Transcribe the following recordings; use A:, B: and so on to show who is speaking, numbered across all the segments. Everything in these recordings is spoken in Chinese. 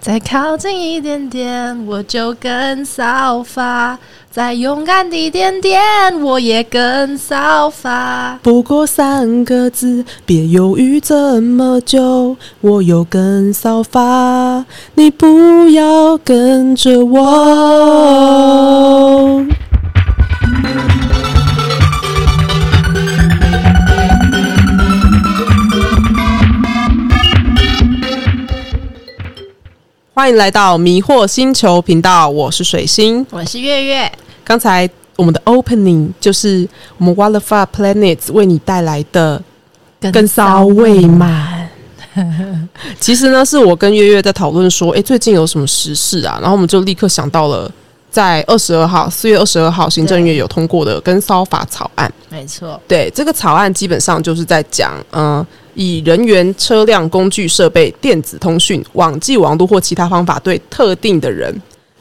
A: 再靠近一点点，我就跟扫发；再勇敢一点点，我也跟扫发。
B: 不过三个字，别犹豫这么久，我有根扫发，你不要跟着我。欢迎来到迷惑星球频道，我是水星。
A: 我是月月，
B: 刚才我们的 opening 就是我们 Wildfire Planets 为你带来的更骚未满。其实呢，是我跟月月在讨论说，诶，最近有什么时事啊？然后我们就立刻想到了，在二十二号，四月二十二号，行政院有通过的跟骚法草案。
A: 没错，
B: 对，这个草案基本上就是在讲，嗯、以人员、车辆、工具、设备、电子通讯、网际网络或其他方法对特定的人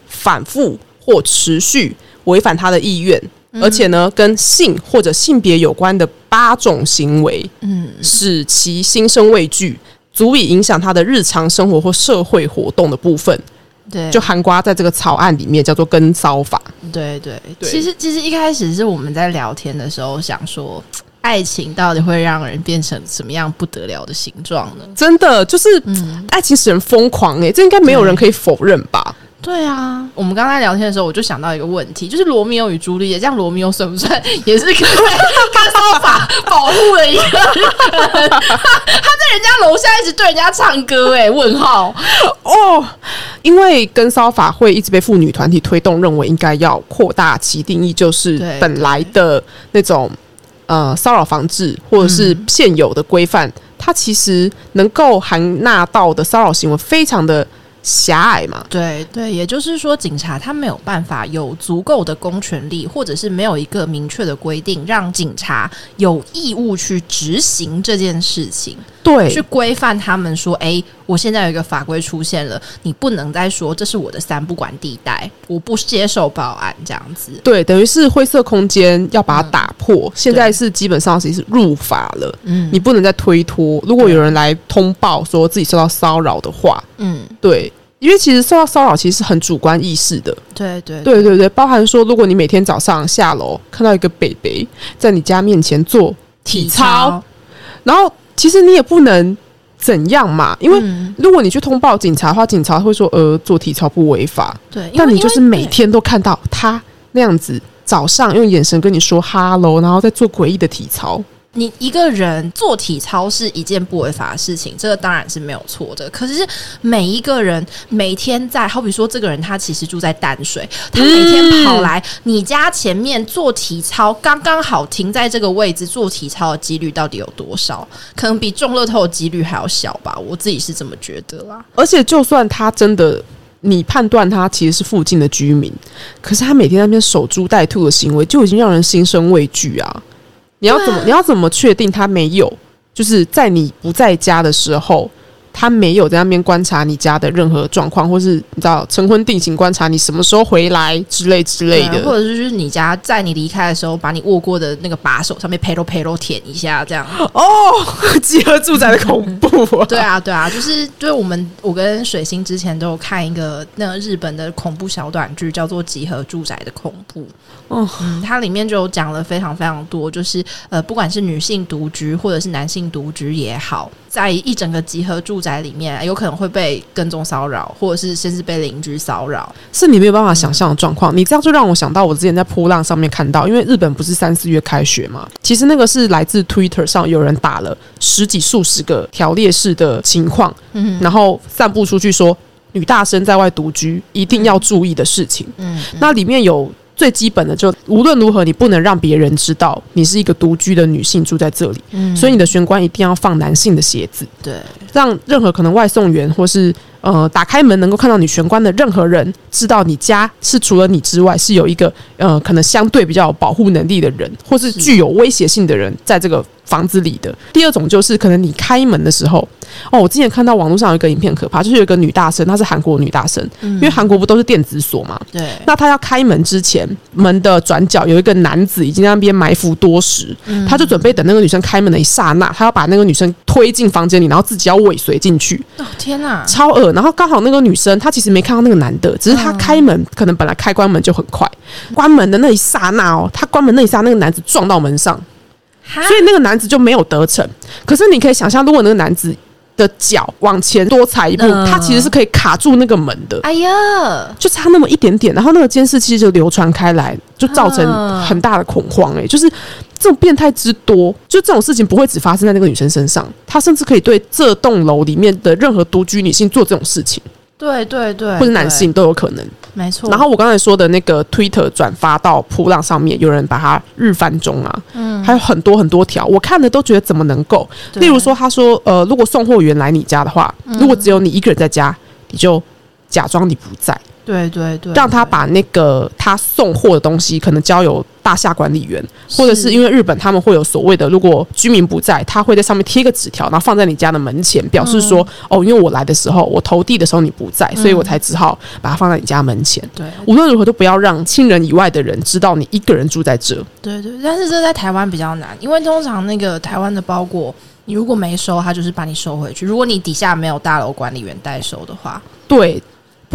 B: 反复或持续违反他的意愿，
A: 嗯
B: 而且呢，跟性或者性别有关的八种行为，
A: 嗯，
B: 使其心生畏惧，足以影响他的日常生活或社会活动的部分，
A: 对，
B: 就含瓜在这个草案里面叫做跟骚法。
A: 对对。
B: 对
A: 其实其实一开始是我们在聊天的时候想说，爱情到底会让人变成什么样不得了的形状呢？
B: 真的就是、
A: 嗯
B: 爱情使人疯狂哎诶、这应该没有人可以否认吧？
A: 对啊，我们刚才聊天的时候，我就想到一个问题，就是罗密欧与朱丽叶，这样罗密欧算不算 也是跟跟骚法保护了一个人？ 他在人家楼下一直对人家唱歌、哎，问号，
B: 哦，因为跟骚法会一直被妇女团体推动，认为应该要扩大其定义，就是
A: 对
B: 本来的那种呃骚扰防治或者是现有的规范，它其实能够含纳到的骚扰行为非常的狭隘嘛。
A: 对对，也就是说，警察他没有办法有足够的公权力，或者是没有一个明确的规定，让警察有义务去执行这件事情。去
B: 对，
A: 规范他们说，哎、我现在有一个法规出现了，你不能再说这是我的三不管地带，我不接受报案这样子。
B: 对，等于是灰色空间要把它
A: 嗯
B: 打破，现在是基本上其实入法了，
A: 嗯
B: 你不能再推脱。如果有人来通报说自己受到骚扰的话，
A: 嗯，
B: 对，因为其实受到骚扰其实是很主观意识的。
A: 对对
B: 对对对，包含说，如果你每天早上下楼看到一个北北在你家面前做体操，然后其实你也不能怎样嘛，因为
A: 嗯
B: 如果你去通报警察的话，警察会说呃做体操不违法，
A: 对，因
B: 但
A: 为
B: 你就是每。
A: 因为对
B: 天都看到他那样子。早上用眼神跟你说哈喽，然后再做诡异的体操，
A: 你一个人做体操是一件不违法的事情，这个当然是没有错的。可是每一个人每天在，好比说这个人他其实住在淡水，他每天跑来你家前面做体操，刚刚好停在这个位置做体操的几率到底有多少？可能比中乐透的几率还要小吧，我自己是这么觉得啦。
B: 而且就算他真的，你判断他其实是附近的居民，可是他每天在那边守株待兔的行为，就已经让人心生畏惧啊！你要怎
A: 啊
B: 么、你要怎么确定他没有？就是在你不在家的时候，他没有在那边观察你家的任何状况，或是你知道晨昏定型观察你什么时候回来之类之类
A: 对啊或
B: 的。
A: 者就是你家在你离开的时候，把你握过的那个把手上面 p 咯 p 咯舔一下，这样。
B: 哦， 集合住宅的恐怖啊！
A: 对啊，对啊，就是对我们，我跟水星之前都有看一个那个日本的恐怖小短剧，叫做《集合住宅的恐怖》。
B: 哦
A: 嗯，它里面就有讲了非常非常多，就是呃，不管是女性独居或者是男性独居也好，在一整个集合住宅里面，有可能会被跟踪骚扰，或者是甚至被邻居骚扰。
B: 是你没有办法想象的状况。你这样就让我想到我之前在波浪上面看到，因为日本不是三四月开学嘛，其实那个是来自 Twitter 上有人打了十几数十个条列式的情况，
A: 嗯
B: 然后散布出去说女大生在外独居一定要注意的事情。
A: 嗯，
B: 那里面有。最基本的就无论如何，你不能让别人知道你是一个独居的女性住在这里，
A: 嗯
B: 所以你的玄关一定要放男性的鞋子。
A: 对
B: 让任何可能外送员或是呃打开门能够看到你玄关的任何人，知道你家是除了你之外是有一个呃可能相对比较有保护能力的人，或是
A: 是
B: 具有威胁性的人在这个房子里的。第二种就是可能你开门的时候，哦，我之前看到网络上有一个影片很可怕，就是有一个女大生，她是韩国女大
A: 嗯
B: 生，因为韩国不都是电子锁嘛，
A: 对，
B: 那他要开门之前，门的转角有一个男子已经在那边埋伏多时，
A: 嗯
B: 他就准备等那个女生开门的一刹那，他要把那个女生推进房间里，然后自己要尾随进去，
A: 哦天哪，
B: 超恶。然后刚好那个女生她其实没看到那个男的，只是她
A: 嗯
B: 开门，可能本来开关门就很快，关门的那一刹那哦，她关门那一刹那，那个男子撞到门上，
A: 啊哈
B: 所以那个男子就没有得逞。可是你可以想象，如果那个男子的脚往前多踩一步，
A: 嗯
B: 他其实是可以卡住那个门的。
A: 哎呀，
B: 就差那么一点点，然后那个监视器就流传开来，就造成
A: 啊
B: 很大的恐慌、欸。哎，就是这种变态之多，就这种事情不会只发生在那个女生身上，她甚至可以对这栋楼里面的任何独居女性做这种事情，
A: 对对对，
B: 或者男
A: 对，
B: 性都有可能。
A: 没错。
B: 然后我刚才说的那个 Twitter 转发到扑浪上面，有人把它日翻中啊，
A: 嗯
B: 还有很多很多条，我看了都觉得怎么能够？
A: 对嗯
B: 例如说，他说，呃，如果送货员来你家的话，如果只有你一个人在家，你就假装你不在。
A: 对对对，
B: 让他
A: 对
B: 把那个他送货的东西，可能交由大厦管理员，或者是因为日本他们会有所谓的，如果居民不在，他会在上面贴一个纸条，然后放在你家的门前，表
A: 嗯
B: 示说，哦，因为我来的时候，我投递的时候你不在，所
A: 嗯
B: 以我才只好把它放在你家门前。
A: 对
B: 无论如何都不要让亲人以外的人知道你一个人住在这。
A: 对对，但是这在台湾比较难，因为通常那个台湾的包裹，你如果没收，他就是把你收回去。如果你底下没有大楼管理员代收的话，
B: 对。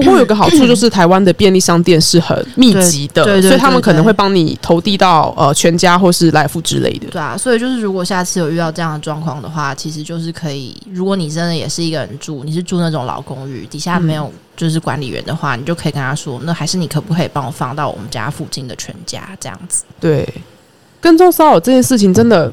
B: 不过有个好处就是台湾的便利商店是很密集的，
A: 对对对
B: 所以他们可能
A: 对
B: 会帮你投递到呃全家或是来福之类的。
A: 对啊，所以就是如果下次有遇到这样的状况的话，其实就是可以，如果你真的也是一个人住，你是住那种老公寓，底
B: 嗯
A: 下没有就是管理员的话，你就可以跟他说，那还是你可不可以帮我放到我们家附近的全家这样子？
B: 对，跟踪骚扰这件事情真的，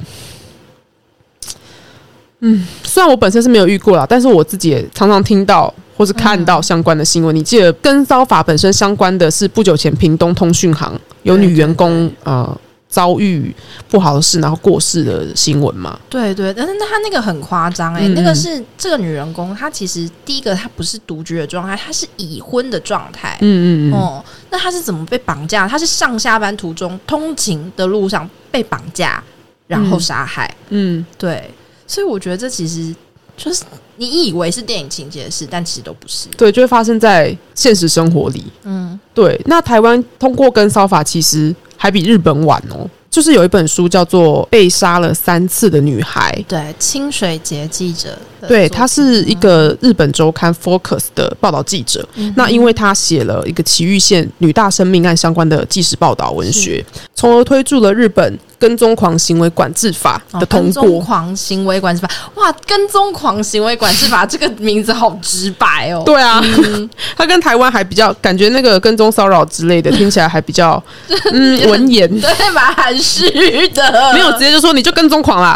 B: 嗯，虽然我本身是没有遇过啦，但是我自己也常常听到或是看到相关的新闻。你记得跟骚法本身相关的是不久前屏东通讯行有
A: 对
B: 女
A: 对
B: 员工呃遭遇不好的事，然后过世的新闻嘛？
A: 对对，但是那他那个很夸张哎、
B: 嗯
A: 那个是这个女员工，她其实第一个她不是独居的状态，她是已婚的状态。
B: 嗯嗯嗯，
A: 哦，那她是怎么被绑架？她是上下班途中通勤的路上被绑架，然后
B: 嗯
A: 杀害。
B: 嗯，
A: 对，所以我觉得这其实就是你以为是电影情节的事，但其实都不是。
B: 对，就会发生在现实生活里。
A: 嗯，
B: 对，那台湾通过跟骚法其实还比日本晚哦。就是有一本书叫做《被杀了三次的女孩》，
A: 对，清水节记嗯者的作品，
B: 对，他是一个日本周刊 Focus 的报道记者。
A: 嗯
B: 那因为他写了一个崎玉县女大生命案相关的纪实报道文学，从而推助了日本跟踪狂行为管制法
A: 哦
B: 的通
A: 跟踪
B: 过。
A: 狂行为管制法，哇，跟踪狂行为管制法这个名字好直白哦。
B: 对啊， 他跟台湾还比较，感觉那个跟踪骚扰之类的，听起来还 比较嗯文言，
A: 对，蛮含蓄的，
B: 没有直接就说你就跟踪 狂啦。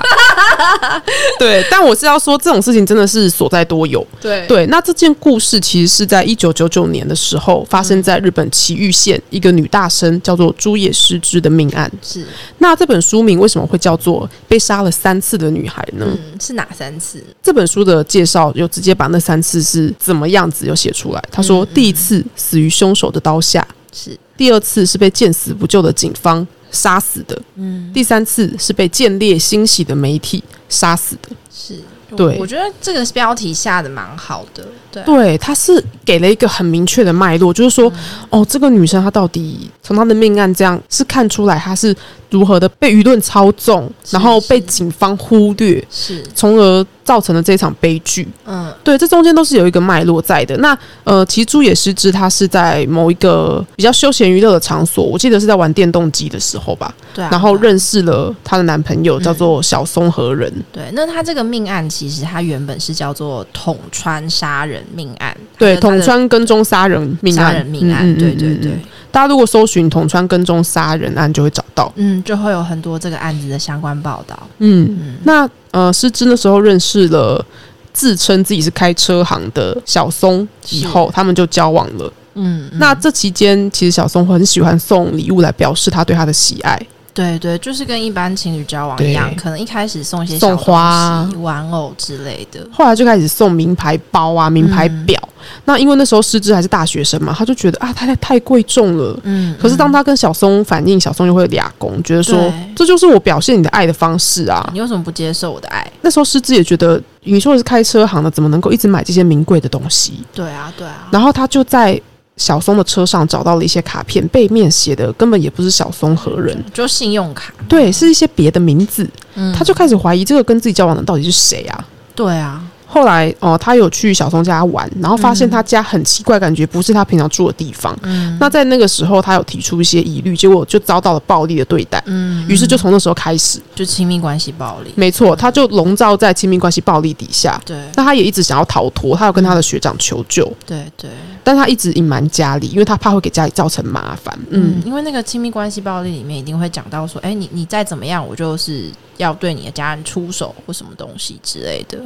B: 对，但我是要说这种事情真的是所在多有。
A: 对
B: 对，那这件故事其实是在一九九九年的时候发生在日本崎玉县一个女大生叫做朱野诗织的命案。
A: 是
B: 那这本书名为什么会叫做《被杀了三次的女孩》呢？
A: 嗯是哪三次？
B: 这本书的介绍有直接把那三次是怎么样子有写出来。他
A: 嗯
B: 说，第一次死于凶手的刀下，
A: 是
B: 第二次是被见死不救的警方杀死的，
A: 嗯
B: 第三次是被见猎欣喜的媒体杀死的。
A: 是，
B: 对
A: 我觉得这个标题下的蛮好的，对啊
B: 对，他是给了一个很明确的脉络，就是说，
A: 嗯
B: 哦，这个女生她到底从她的命案这样是看出来她是如何的被舆论操纵，
A: 是
B: 然后被
A: 是
B: 警方忽略，
A: 是
B: 从而造成了这场悲剧。
A: 嗯
B: 对，这中间都是有一个脉络在的。那呃，其实朱野失之她是在某一个比较休闲娱乐的场所，我记得是在玩电动机的时候吧，
A: 对啊，嗯
B: 然
A: 对
B: 后
A: 啊
B: 认识了她的男朋友，叫做小松和人。
A: 对，那他这个命案其实他原本是叫做捅穿杀人命案，
B: 对，
A: 它
B: 统
A: 的它的
B: 川跟踪杀人命案，
A: 杀人命案，
B: 嗯
A: 对对对，
B: 大家如果搜寻统川跟踪杀人案，就会找到。
A: 嗯，就会有很多这个案子的相关报道，
B: 嗯，那呃，失之那时候认识了自称自己是开车行的小松，以
A: 是
B: 后他们就交往了。
A: 嗯，嗯
B: 那这期间，其实小松很喜欢送礼物来表示他对她的喜爱。
A: 对对，就是跟一般情侣交往一样，
B: 对
A: 可能一开始送一些
B: 送
A: 小东
B: 花啊
A: 西、玩偶之类的。
B: 后来就开始送名牌包啊、名牌表。
A: 嗯
B: 那因为那时候师之还是大学生嘛，他就觉得啊，太太太贵重了。
A: 嗯，
B: 可是当他跟小松反映，小松就会俩拱，觉得说
A: 对
B: 这就是我表现你的爱的方式啊。
A: 你为什么不接受我的爱？
B: 那时候师之也觉得，你说的是开车行的，怎么能够一直买这些名贵的东西？
A: 对啊，对啊，
B: 然后他就在小松的车上找到了一些卡片，背面写的根本也不是小松和人，
A: 就信用卡，
B: 对，是一些别的名字。
A: 嗯，
B: 他就开始怀疑这个跟自己交往的到底是谁啊？
A: 对啊，
B: 后来哦、他有去小松家玩，然后发现他家很奇怪，感觉不是他平常住的地方。
A: 嗯
B: 那在那个时候，他有提出一些疑虑，结果就遭到了暴力的对待。
A: 嗯，
B: 于是就从那时候开始，
A: 就亲密关系暴力，
B: 没错，他就笼罩在亲密关系暴力底下。
A: 对
B: 那他也一直想要逃脱，他有跟他的学长求救，
A: 对对，
B: 但他一直隐瞒家里，因为他怕会给家里造成麻烦。嗯
A: 嗯，，因为那个亲密关系暴力里面一定会讲到说，哎、你你再怎么样，我就是要对你的家人出手或什么东西之类的。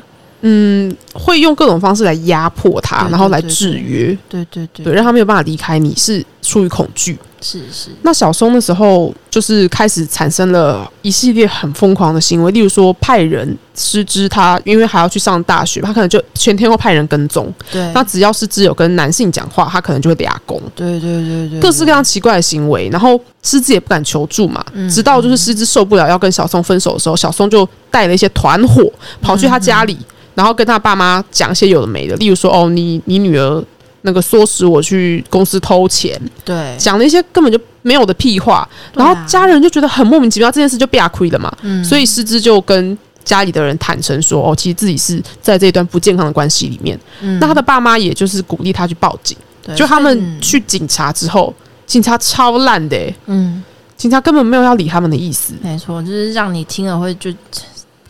B: 嗯，会用各种方式来压迫他，
A: 对
B: 然后来
A: 对对
B: 制约，
A: 对对对，
B: 对，让他没有办法离开你，是出于恐惧。
A: 是是，
B: 那小松那时候就是开始产生了一系列很疯狂的行为，例如说派人失之他，因为还要去上大学，他可能就全天候派人跟踪。
A: 对，
B: 那只要是只有跟男性讲话，他可能就会俩攻。
A: 对对对对，
B: 各式各样奇怪的行为，然后狮子也不敢求助嘛。
A: 嗯
B: 直到就是狮子受不了要跟小松分手的时候，小松就带了一些团伙跑去他家
A: 嗯
B: 里，然后跟他爸妈讲一些有的没的，例如说哦，你你女儿那个唆使我去公司偷钱，
A: 对，
B: 讲了一些根本就没有的屁话，
A: 对
B: 然
A: 啊
B: 后家人就觉得很莫名其妙，这件事就被他亏了嘛。
A: 嗯
B: 所以狮子就跟家里的人坦诚说，哦，其实自己是在这一段不健康的关系里面。
A: 嗯
B: 那他的爸妈也就是鼓励他去报警，
A: 对
B: 就他们
A: 嗯
B: 去警察之后，警察超烂的欸、
A: 嗯，
B: 警察根本没有要理他们的意思。
A: 没错，就是让你听了会就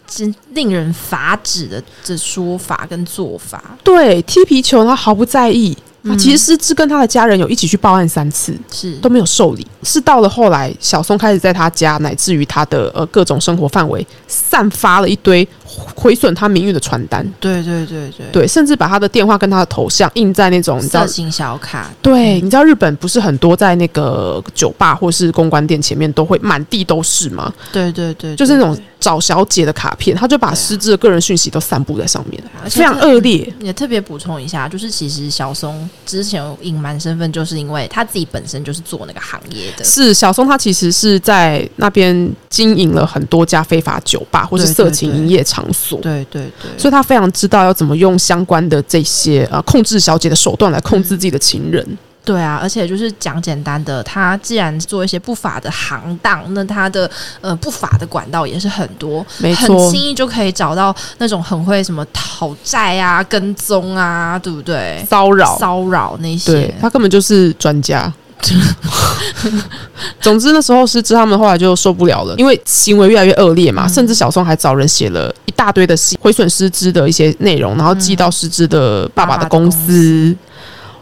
A: 真令人发指的这说法跟做法，
B: 对，踢皮球他毫不在意。啊，
A: 嗯
B: 其实狮子跟他的家人有一起去报案三次，
A: 是
B: 都没有受理。是到了后来，小松开始在他家乃至于他的呃各种生活范围散发了一堆毁损他名誉的传单，
A: 对对对对，
B: 对，甚至把他的电话跟他的头像印在那种你知道
A: 色。情小卡，
B: 对，你知道日本不是很多在那个酒吧或是公关店前面都会满地都是吗？
A: 对对对，
B: 就是那
A: 对
B: 种找小姐的卡片，他就把
A: 嗯对啊
B: 失智的个人讯息都散布在上面，
A: 而且
B: 非常
A: 这
B: 恶劣。
A: 也特别补充一下，就是其实小松之前有隐瞒身份，就是因为他自己本身就是做那个行业的，
B: 是小松，他其实是在那边经营了很多家非法酒吧或是
A: 对对
B: 色情
A: 对
B: 营业场所，
A: 对对对，
B: 所以他非常知道要怎么用相关的这些呃控制小姐的手段来控制自己的情人。
A: 对啊，而且就是讲简单的，他既然做一些不法的行当，那他的呃不法的管道也是很多，
B: 没
A: 很
B: 错
A: 轻，易就可以找到那种很会什么讨债啊、跟踪啊，对不对？
B: 骚扰，
A: 骚扰那
B: 对
A: 些，
B: 他根本就是专家。 总之那时候失之他们后来就受不了了，因为行为越来越恶劣嘛，甚至小松还找人写了一大堆的信，毁损失之的一些内容，然后寄到失之的爸爸的公
A: 爸爸的公
B: 司。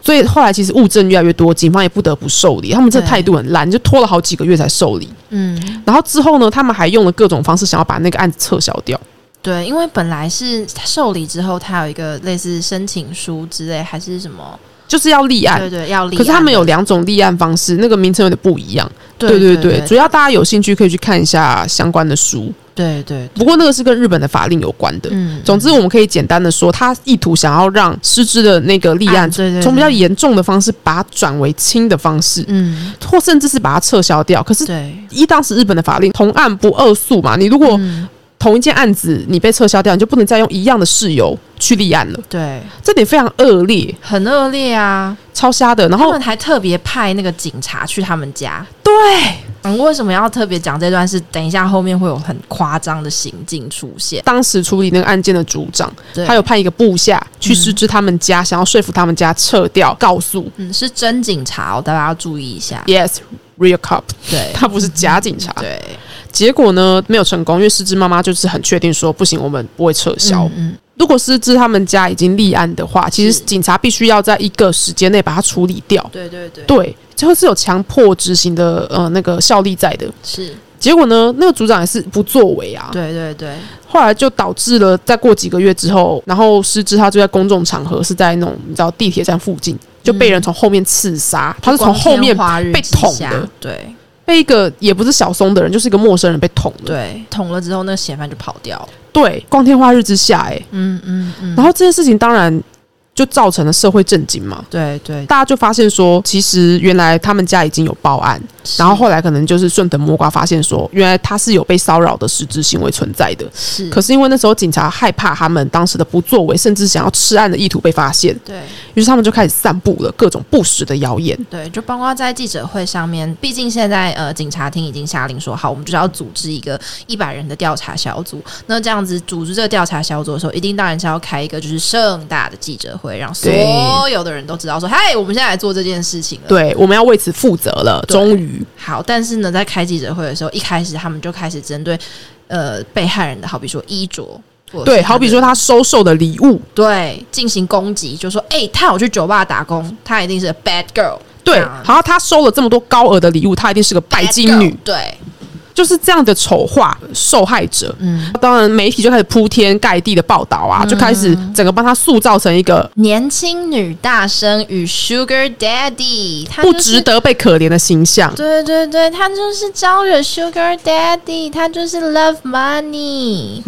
B: 所以后来其实物证越来越多，警方也不得不受理。他们这
A: 对
B: 态度很烂，就拖了好几个月才受理。
A: 嗯，
B: 然后之后呢，他们还用了各种方式想要把那个案子撤销掉。
A: 对，因为本来是受理之后，他有一个类似申请书之类，还是什么，
B: 就是要立案
A: 对。对，要立案的。
B: 可是他们有两种立案方式，那个名称有点不一样。
A: 对
B: 对
A: 对
B: 主要大家有兴趣可以去看一下相关的书。
A: 对对，
B: 不过那个是跟日本的法令有关的。
A: 嗯，
B: 总之，我们可以简单的说，他意图想要让失之的那个立案，
A: 案啊对对对
B: 从比较严重的方式把它转为轻的方式，
A: 嗯，
B: 或甚至是把它撤销掉。可是，
A: 对，
B: 依当时日本的法令，同案不二诉嘛，你如果
A: 嗯
B: 同一件案子你被撤销掉，你就不能再用一样的事由去立案了。
A: 对，
B: 这点非常恶劣，
A: 很恶劣啊。
B: 超瞎的。然
A: 他
B: 后
A: 们还特别派那个警察去他们家。
B: 对，
A: 嗯，为什么要特别讲这段是？等一下后面会有很夸张的行径出现。
B: 当时处理那个案件的组长，
A: 对，
B: 他有派一个部下去失之他们家，想要说服他们家撤掉告诉。
A: 嗯，是真警察、哦，大家要注意一下。
B: Yes, real cop，
A: 对嗯
B: 他不是假警察。
A: 对，
B: 结果呢，没有成功，因为失之妈妈就是很确定说，不行，我们不会撤销。
A: 嗯
B: 如果失之他们家已经立案的话，其实
A: 是
B: 警察必须要在一个时间内把它处理掉。
A: 对对对，
B: 对，最后是有强迫执行的呃那个效力在的。
A: 是，哦
B: 结果呢，那个组长也是不作为啊，
A: 对对对，
B: 后来就导致了，再过几个月之后，然后失之他就在公众场合是在那种你知道地
A: 嗯
B: 铁站附近就被人从后面刺杀，他是从后面
A: 华日
B: 被
A: 之
B: 捅
A: 下
B: 的，
A: 对，
B: 被一个也不是小松的人，就是一个陌生人被捅了。
A: 对，捅了之后，那个嫌犯就跑掉。
B: 对，光天化日之下、欸，哎、
A: 嗯嗯嗯，
B: 然后这件事情当然就造成了社会震惊嘛。
A: 对对，
B: 大家就发现说，其实原来他们家已经有报案，然后后来可能就是顺藤摸瓜发现说，原来他是有被骚扰的实质行为存在的。
A: 是，
B: 可是因为那时候警察害怕他们当时的不作为，甚至想要吃案的意图被发现，
A: 对
B: 于是他们就开始散布了各种不实的谣言。
A: 对，就包括在记者会上面，毕竟现在呃，警察厅已经下令说，好，我们就是要组织一个一百人的调查小组。那这样子组织这个调查小组的时候，一定当然是要开一个就是盛大的记者会，让所有的人都知道说，嗨，我们现在来做这件事情了。
B: 对，我们要为此负责了。
A: 对
B: 终于，
A: 好，但是呢，在开记者会的时候，一开始他们就开始针对呃被害人的，好比说衣着，或者是
B: 对，
A: 他
B: 好比
A: 的
B: 说他收受的礼物，
A: 对进行攻击，就说哎、他有去酒吧打工，他一定是 bad girl，这
B: 对，
A: 样
B: 然后他收了这么多高额的礼物，他一定是个拜
A: bad
B: 金女
A: girl，，对，
B: 就是这样的丑化受害者。
A: 嗯，
B: 当然，媒体就开始铺天盖地的报道啊，就开始整个帮他塑造成一个
A: 年轻女大生与 Sugar Daddy，她、
B: 不
A: 就是、
B: 值。得被可怜的形象。
A: 对对对，她就是招惹 Sugar Daddy，她就是 Love Money。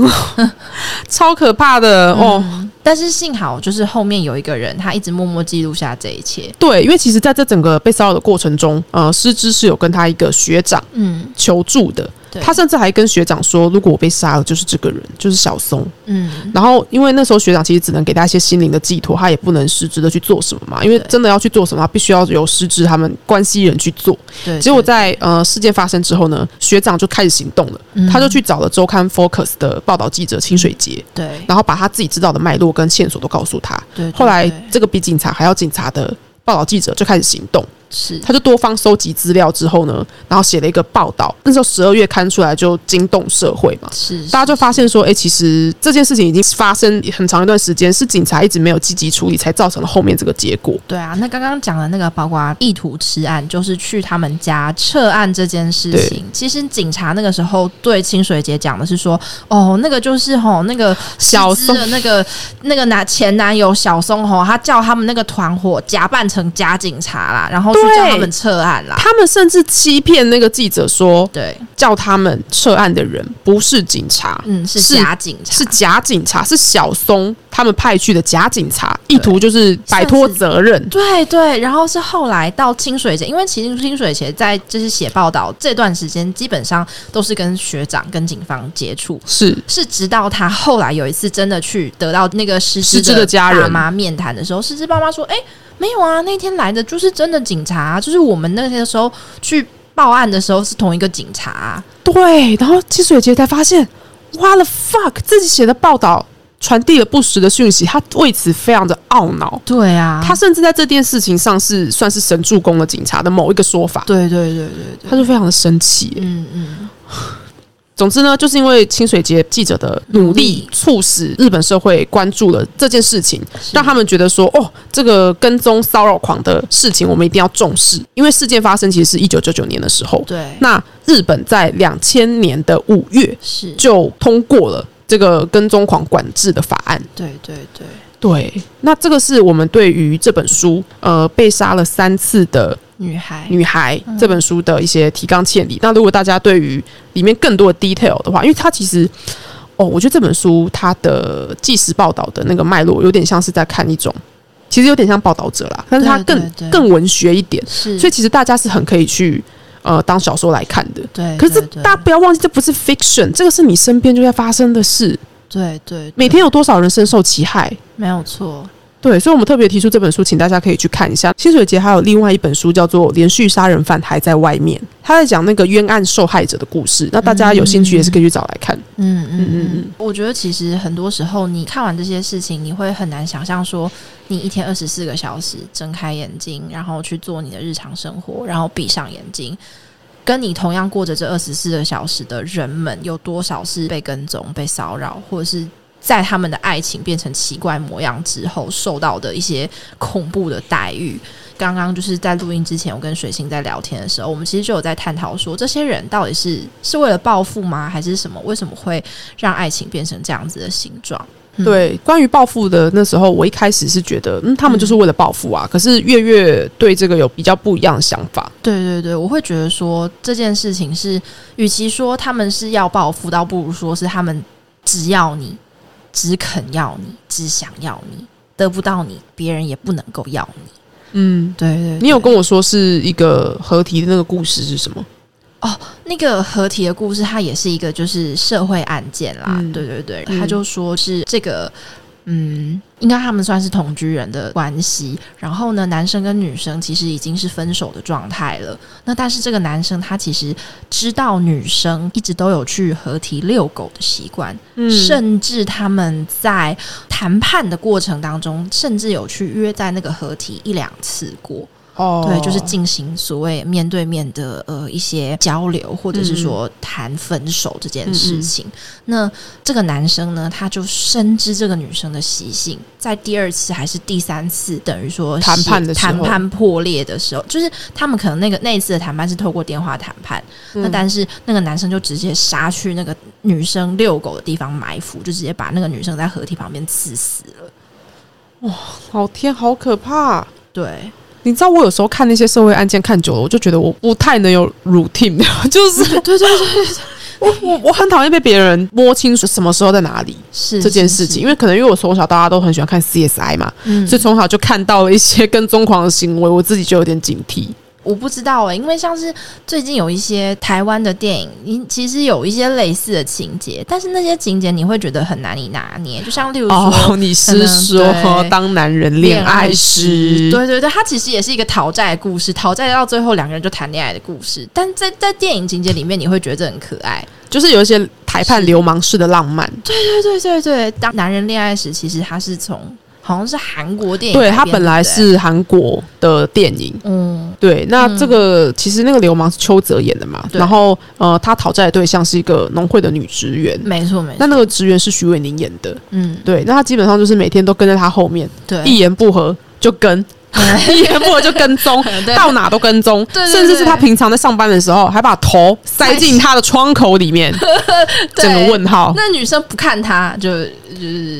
B: 超可怕的哦。
A: 但是幸好，就是后面有一个人，他一直默默记录下这一切。
B: 对，因为其实在这整个被骚扰的过程中，呃，师之是有跟他一个学长
A: 嗯，
B: 求助的，
A: 对，
B: 他甚至还跟学长说，如果我被杀了，就是这个人，就是小松。
A: 嗯，
B: 然后，因为那时候学长其实只能给他一些心灵的寄托，他也不能实质的去做什么嘛，因为
A: 对
B: 真的要去做什么，他必须要由师之他们关系人去做。
A: 对。
B: 结果在呃事件发生之后呢，学长就开始行动了，
A: 嗯
B: 他就去找了周刊 Focus 的报道记者清水节，
A: 对对
B: 然后把他自己知道的脉络跟线索都告诉他。
A: 嗯对，
B: 后来
A: 对
B: 这个比警察还要警察的报道记者就开始行动，
A: 是
B: 他就多方收集资料之后呢，然后写了一个报道。那时候十二月刊出来就惊动社会嘛，
A: 是
B: 大家就发现说，哎、其实这件事情已经发生很长一段时间，是警察一直没有积极处理，才造成了后面这个结果。
A: 对啊，那刚刚讲的那个，包括意图吃案，就是去他们家撤案这件事情。其实警察那个时候对清水姐讲的是说，哦，那个就是吼、那个
B: 小
A: 失之的那个那个男前男友小松吼、他叫他们那个团伙假扮成假警察啦，然后去
B: 对
A: 叫他们撤案啦。
B: 他们甚至欺骗那个记者说，
A: 对，
B: 叫他们撤案的人不是警察，
A: 嗯，是
B: 是
A: 假警察，
B: 是假警察，是小松他们派去的假警察，意图就是摆脱责任。
A: 对对，然后是后来到清水节，因为其实清水节在就是写报道这段时间，基本上都是跟学长跟警方接触，
B: 是
A: 是直到他后来有一次真的去得到那个失
B: 失之的家人
A: 爸妈面谈的时候，失之爸妈说：“哎、没有啊，那天来的就是真的警察啊、就是我们那些时候去报案的时候是同一个警察啊、
B: 对，然后清水节才发现，哇了 fuck，自己写的报道传递了不实的讯息，他为此非常的懊恼。
A: 对啊
B: 他甚至在这件事情上是算是神助攻了警察的某一个说法，
A: 对对对对对，
B: 他就非常的生气。
A: 嗯嗯，
B: 总之呢，就是因为清水节记者的努
A: 努
B: 力
A: 力，
B: 促使日本社会关注了这件事情，
A: 嗯是
B: 让他们觉得说，哦，这个跟踪骚扰狂的事情，我们一定要重视。因为事件发生其实是一九九九年的时候，
A: 对
B: 那日本在两千年的五月
A: 是，
B: 就通过了这个跟踪狂管制的法案。
A: 对对对，
B: 对，那这个是我们对于这本书，呃，被杀了三次的
A: 女孩
B: 女孩
A: 嗯
B: 这本书的一些提纲挈领。那如果大家对于里面更多的 detail 的话，因为它其实。哦，我觉得这本书它的纪实报道的那个脉络有点像是在看一种，其实有点像报道者啦，但是它
A: 对
B: 更
A: 对对
B: 更文学一点，
A: 是，
B: 所以其实大家是很可以去呃当小说来看的。
A: 对，
B: 可是
A: 哎对
B: 大家不要忘记，这不是 fiction，这个是你身边就在发生的事，
A: 对对对
B: 每天有多少人深受其害？
A: 没有错，
B: 对，所以我们特别提出这本书，请大家可以去看一下。清水节还有另外一本书叫做《连续杀人犯还在外面》，他在讲那个冤案受害者的故事。那大家有兴趣也是可以去找来看。
A: 嗯嗯
B: 嗯
A: 嗯
B: 嗯
A: 嗯，我觉得其实很多时候你看完这些事情，你会很难想象说你一天二十四个小时睁开眼睛，然后去做你的日常生活，然后闭上眼睛。跟你同样过着这二十四个小时的人们，有多少是被跟踪、被骚扰，或者是在他们的爱情变成奇怪模样之后受到的一些恐怖的待遇？刚刚就是在录音之前，我跟水星在聊天的时候，我们其实就有在探讨说，这些人到底是是为了报复吗，还是什么？为什么会让爱情变成这样子的形状？嗯
B: 对，关于报复的那时候，我一开始是觉得，嗯，他们就是为了报复
A: 嗯
B: 啊。可是月月对这个有比较不一样的想法。
A: 对对对，我会觉得说这件事情是，与其说他们是要报复，倒不如说是他们只要你，只肯要你，只想要你，得不到你，别人也不能够要你。
B: 嗯，
A: 对对
B: 你有跟我说是一个合体的那个故事是什么？
A: 那个合体的故事，它也是一个就是社会案件啦，
B: 嗯
A: 对对对，
B: 嗯
A: 他就说是这个。嗯，应该他们算是同居人的关系。然后呢，男生跟女生其实已经是分手的状态了。那但是这个男生他其实知道女生一直都有去合体遛狗的习惯，
B: 嗯
A: 甚至他们在谈判的过程当中，甚至有去约在那个合体一两次过。
B: 哦
A: 对，就是进行所谓面对面的呃一些交流，或者是说谈分手这件事情。
B: 嗯
A: 那这个男生呢，他就深知这个女生的习性，在第二次还是第三次，等于说
B: 谈判的时候
A: 谈判破裂的时候，就是他们可能那个那一次的谈判是透过电话谈判，
B: 嗯
A: 那但是那个男生就直接杀去那个女生遛狗的地方埋伏，就直接把那个女生在合体旁边刺死了。
B: 好天，好可怕、
A: 对，
B: 你知道我有时候看那些社会案件看久了，我就觉得我不太能有 routine，就是
A: 对对对，
B: 我我我很讨厌被别人摸清楚什么时候在哪里
A: 是
B: 这件事情，，因为可能因为我从小到大都很喜欢看 CSI 嘛，
A: 是嗯
B: 所以从小就看到了一些跟踪狂的行为，我自己就有点警惕。
A: 我不知道哎、因为像是最近有一些台湾的电影，你其实有一些类似的情节，但是那些情节你会觉得很难以拿捏，就像例如说。
B: 哦，你是
A: 可
B: 说
A: 能对
B: 当男人恋爱时？
A: 对对对，它其实也是一个讨债的故事，讨债到最后两个人就谈恋爱的故事。但在在电影情节里面，你会觉得这很可爱。
B: 就是有一些台
A: 是
B: 畔流氓式的浪漫。
A: 对对对对，当男人恋爱时，其实他是从好像是韩国电影改
B: 对，
A: 编，
B: 它本来
A: 对不对
B: 是韩国的电影。
A: 嗯
B: 对，那这个、其实那个流氓是邱泽演的嘛，
A: 对
B: 然后呃，他讨债的对象是一个农会的女职员，
A: 没错没错，
B: 那那个职员是徐伟宁演的。
A: 嗯
B: 对，那他基本上就是每天都跟在他后面，
A: 对，
B: 一言不合就 跟，一言不合就跟踪，
A: 对
B: 到哪都跟踪，
A: 对对
B: 甚至是
A: 对
B: 他平常在上班的时候，还把头塞进他的窗口 里面，整个问号。
A: 那女生不看他就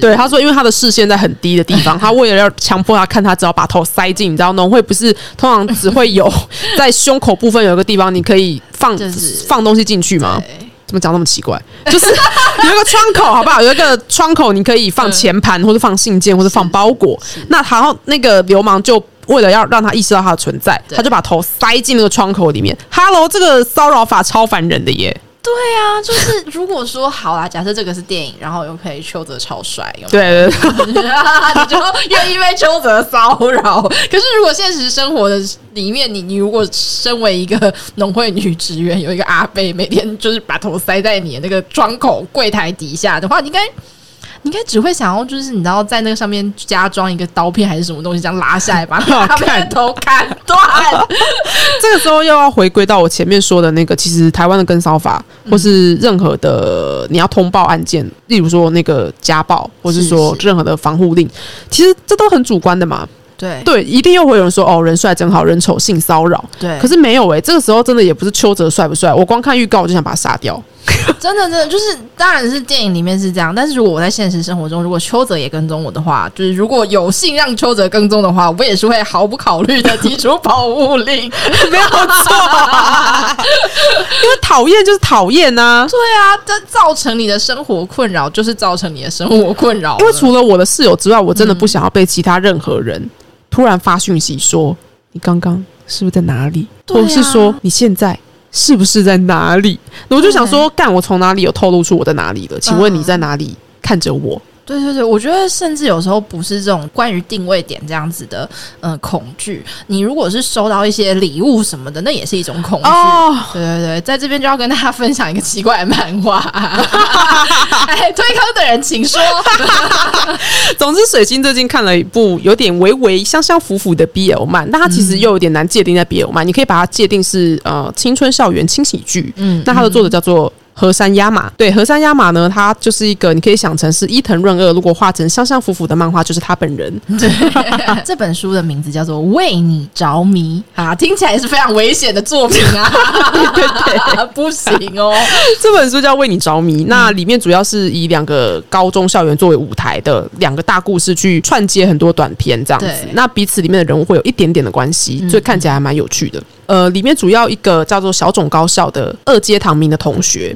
B: 对，他说，因为他的视线在很低的地方，他为了要强迫他看他，只好把头塞进。你知道，农会不是通常只会有 在胸口部分有一个地方，你可以放、
A: 就是
B: 放东西进去吗？
A: 对
B: 怎么讲那么奇怪？就是有一个窗口，好不好？有一个窗口，你可以放钱盘，或者放信件，或者放包裹。那然后那个流氓就为了要让他意识到他的存在，
A: 对
B: 他就把头塞进那个窗口里面。Hello，这个骚扰法超烦人的耶！
A: 对啊，就是 如果说好啊啦，假设这个是电影，然后又可以邱泽超帅，有 没
B: 对，
A: 有你就愿意被邱泽骚扰。可是如果现实生活的里面，你你如果身为一个农会女职员，有一个阿贝每天就是把头塞在你的那个窗口柜台底下的话，你应该。你应该只会想要，就是你知道，在那个上面加装一个刀片还是什么东西，这样拉下来把他们的头砍断。
B: 这个时候又要回归到我前面说的那个，其实台湾的跟骚法，或是任何的你要通报案件，例如说那个家暴，或是
A: 是
B: 说
A: 是
B: 任何的防护令，其实这都很主观的嘛。
A: 对
B: 对，一定又会有人说哦，人帅真好，人丑性骚扰。
A: 对
B: 可是没有诶、欸这个时候真的也不是邱泽帅不帅，我光看预告我就想把他杀掉。
A: 真的，真的就是，当然是电影里面是这样，但是如果我在现实生活中，如果邱泽也跟踪我的话，就是如果有幸让邱泽跟踪的话，我也是会毫不考虑的提出保护令。
B: 没有错， 因为讨厌就是讨厌呐、
A: 对啊，这造成你的生活困扰，就是造成你的生活困扰了。
B: 因为除了我的室友之外，我真的不想要被其他任何
A: 嗯
B: 人突然发讯息说你刚刚是不是在哪里，
A: 对啊
B: 或是说你现在。是不是在哪里？我就想说，干我从哪里有透露出我在哪里了？请问你
A: 嗯
B: 在哪里看着我？
A: 对对对，我觉得甚至有时候不是这种关于定位点这样子的，嗯，恐惧。你如果是收到一些礼物什么的，那也是一种恐惧。
B: 哦，
A: 对对对，在这边就要跟大家分享一个奇怪的漫 画，哎，推坑的人请说。
B: 总之，水星最近看了一部有点微微相相符符的 BL 漫，那它其
A: 嗯
B: 实又有点难界定在 BL 漫，你可以把它界定是呃青春校园轻喜剧。
A: 嗯
B: 那它的作者叫做和山亚马。对，和山亚马呢，他就是一个你可以想成是伊藤润二，如果画成相相符符的漫画，就是他 本人。
A: 啊这本书的名字叫做《为你着迷》啊，听起来也是非常危险的作品 啊， 不行哦。
B: 这本书叫《为你着
A: 嗯
B: 迷》，那里面主要是以两个高中校园作为舞台的两个大故事去串接很多短片这样子
A: 对。嗯
B: 那彼此里面的人物会有一点点的关系，所以看起来还蛮有趣的。呃，里面主要一个叫做小种高校的二阶堂明的同学。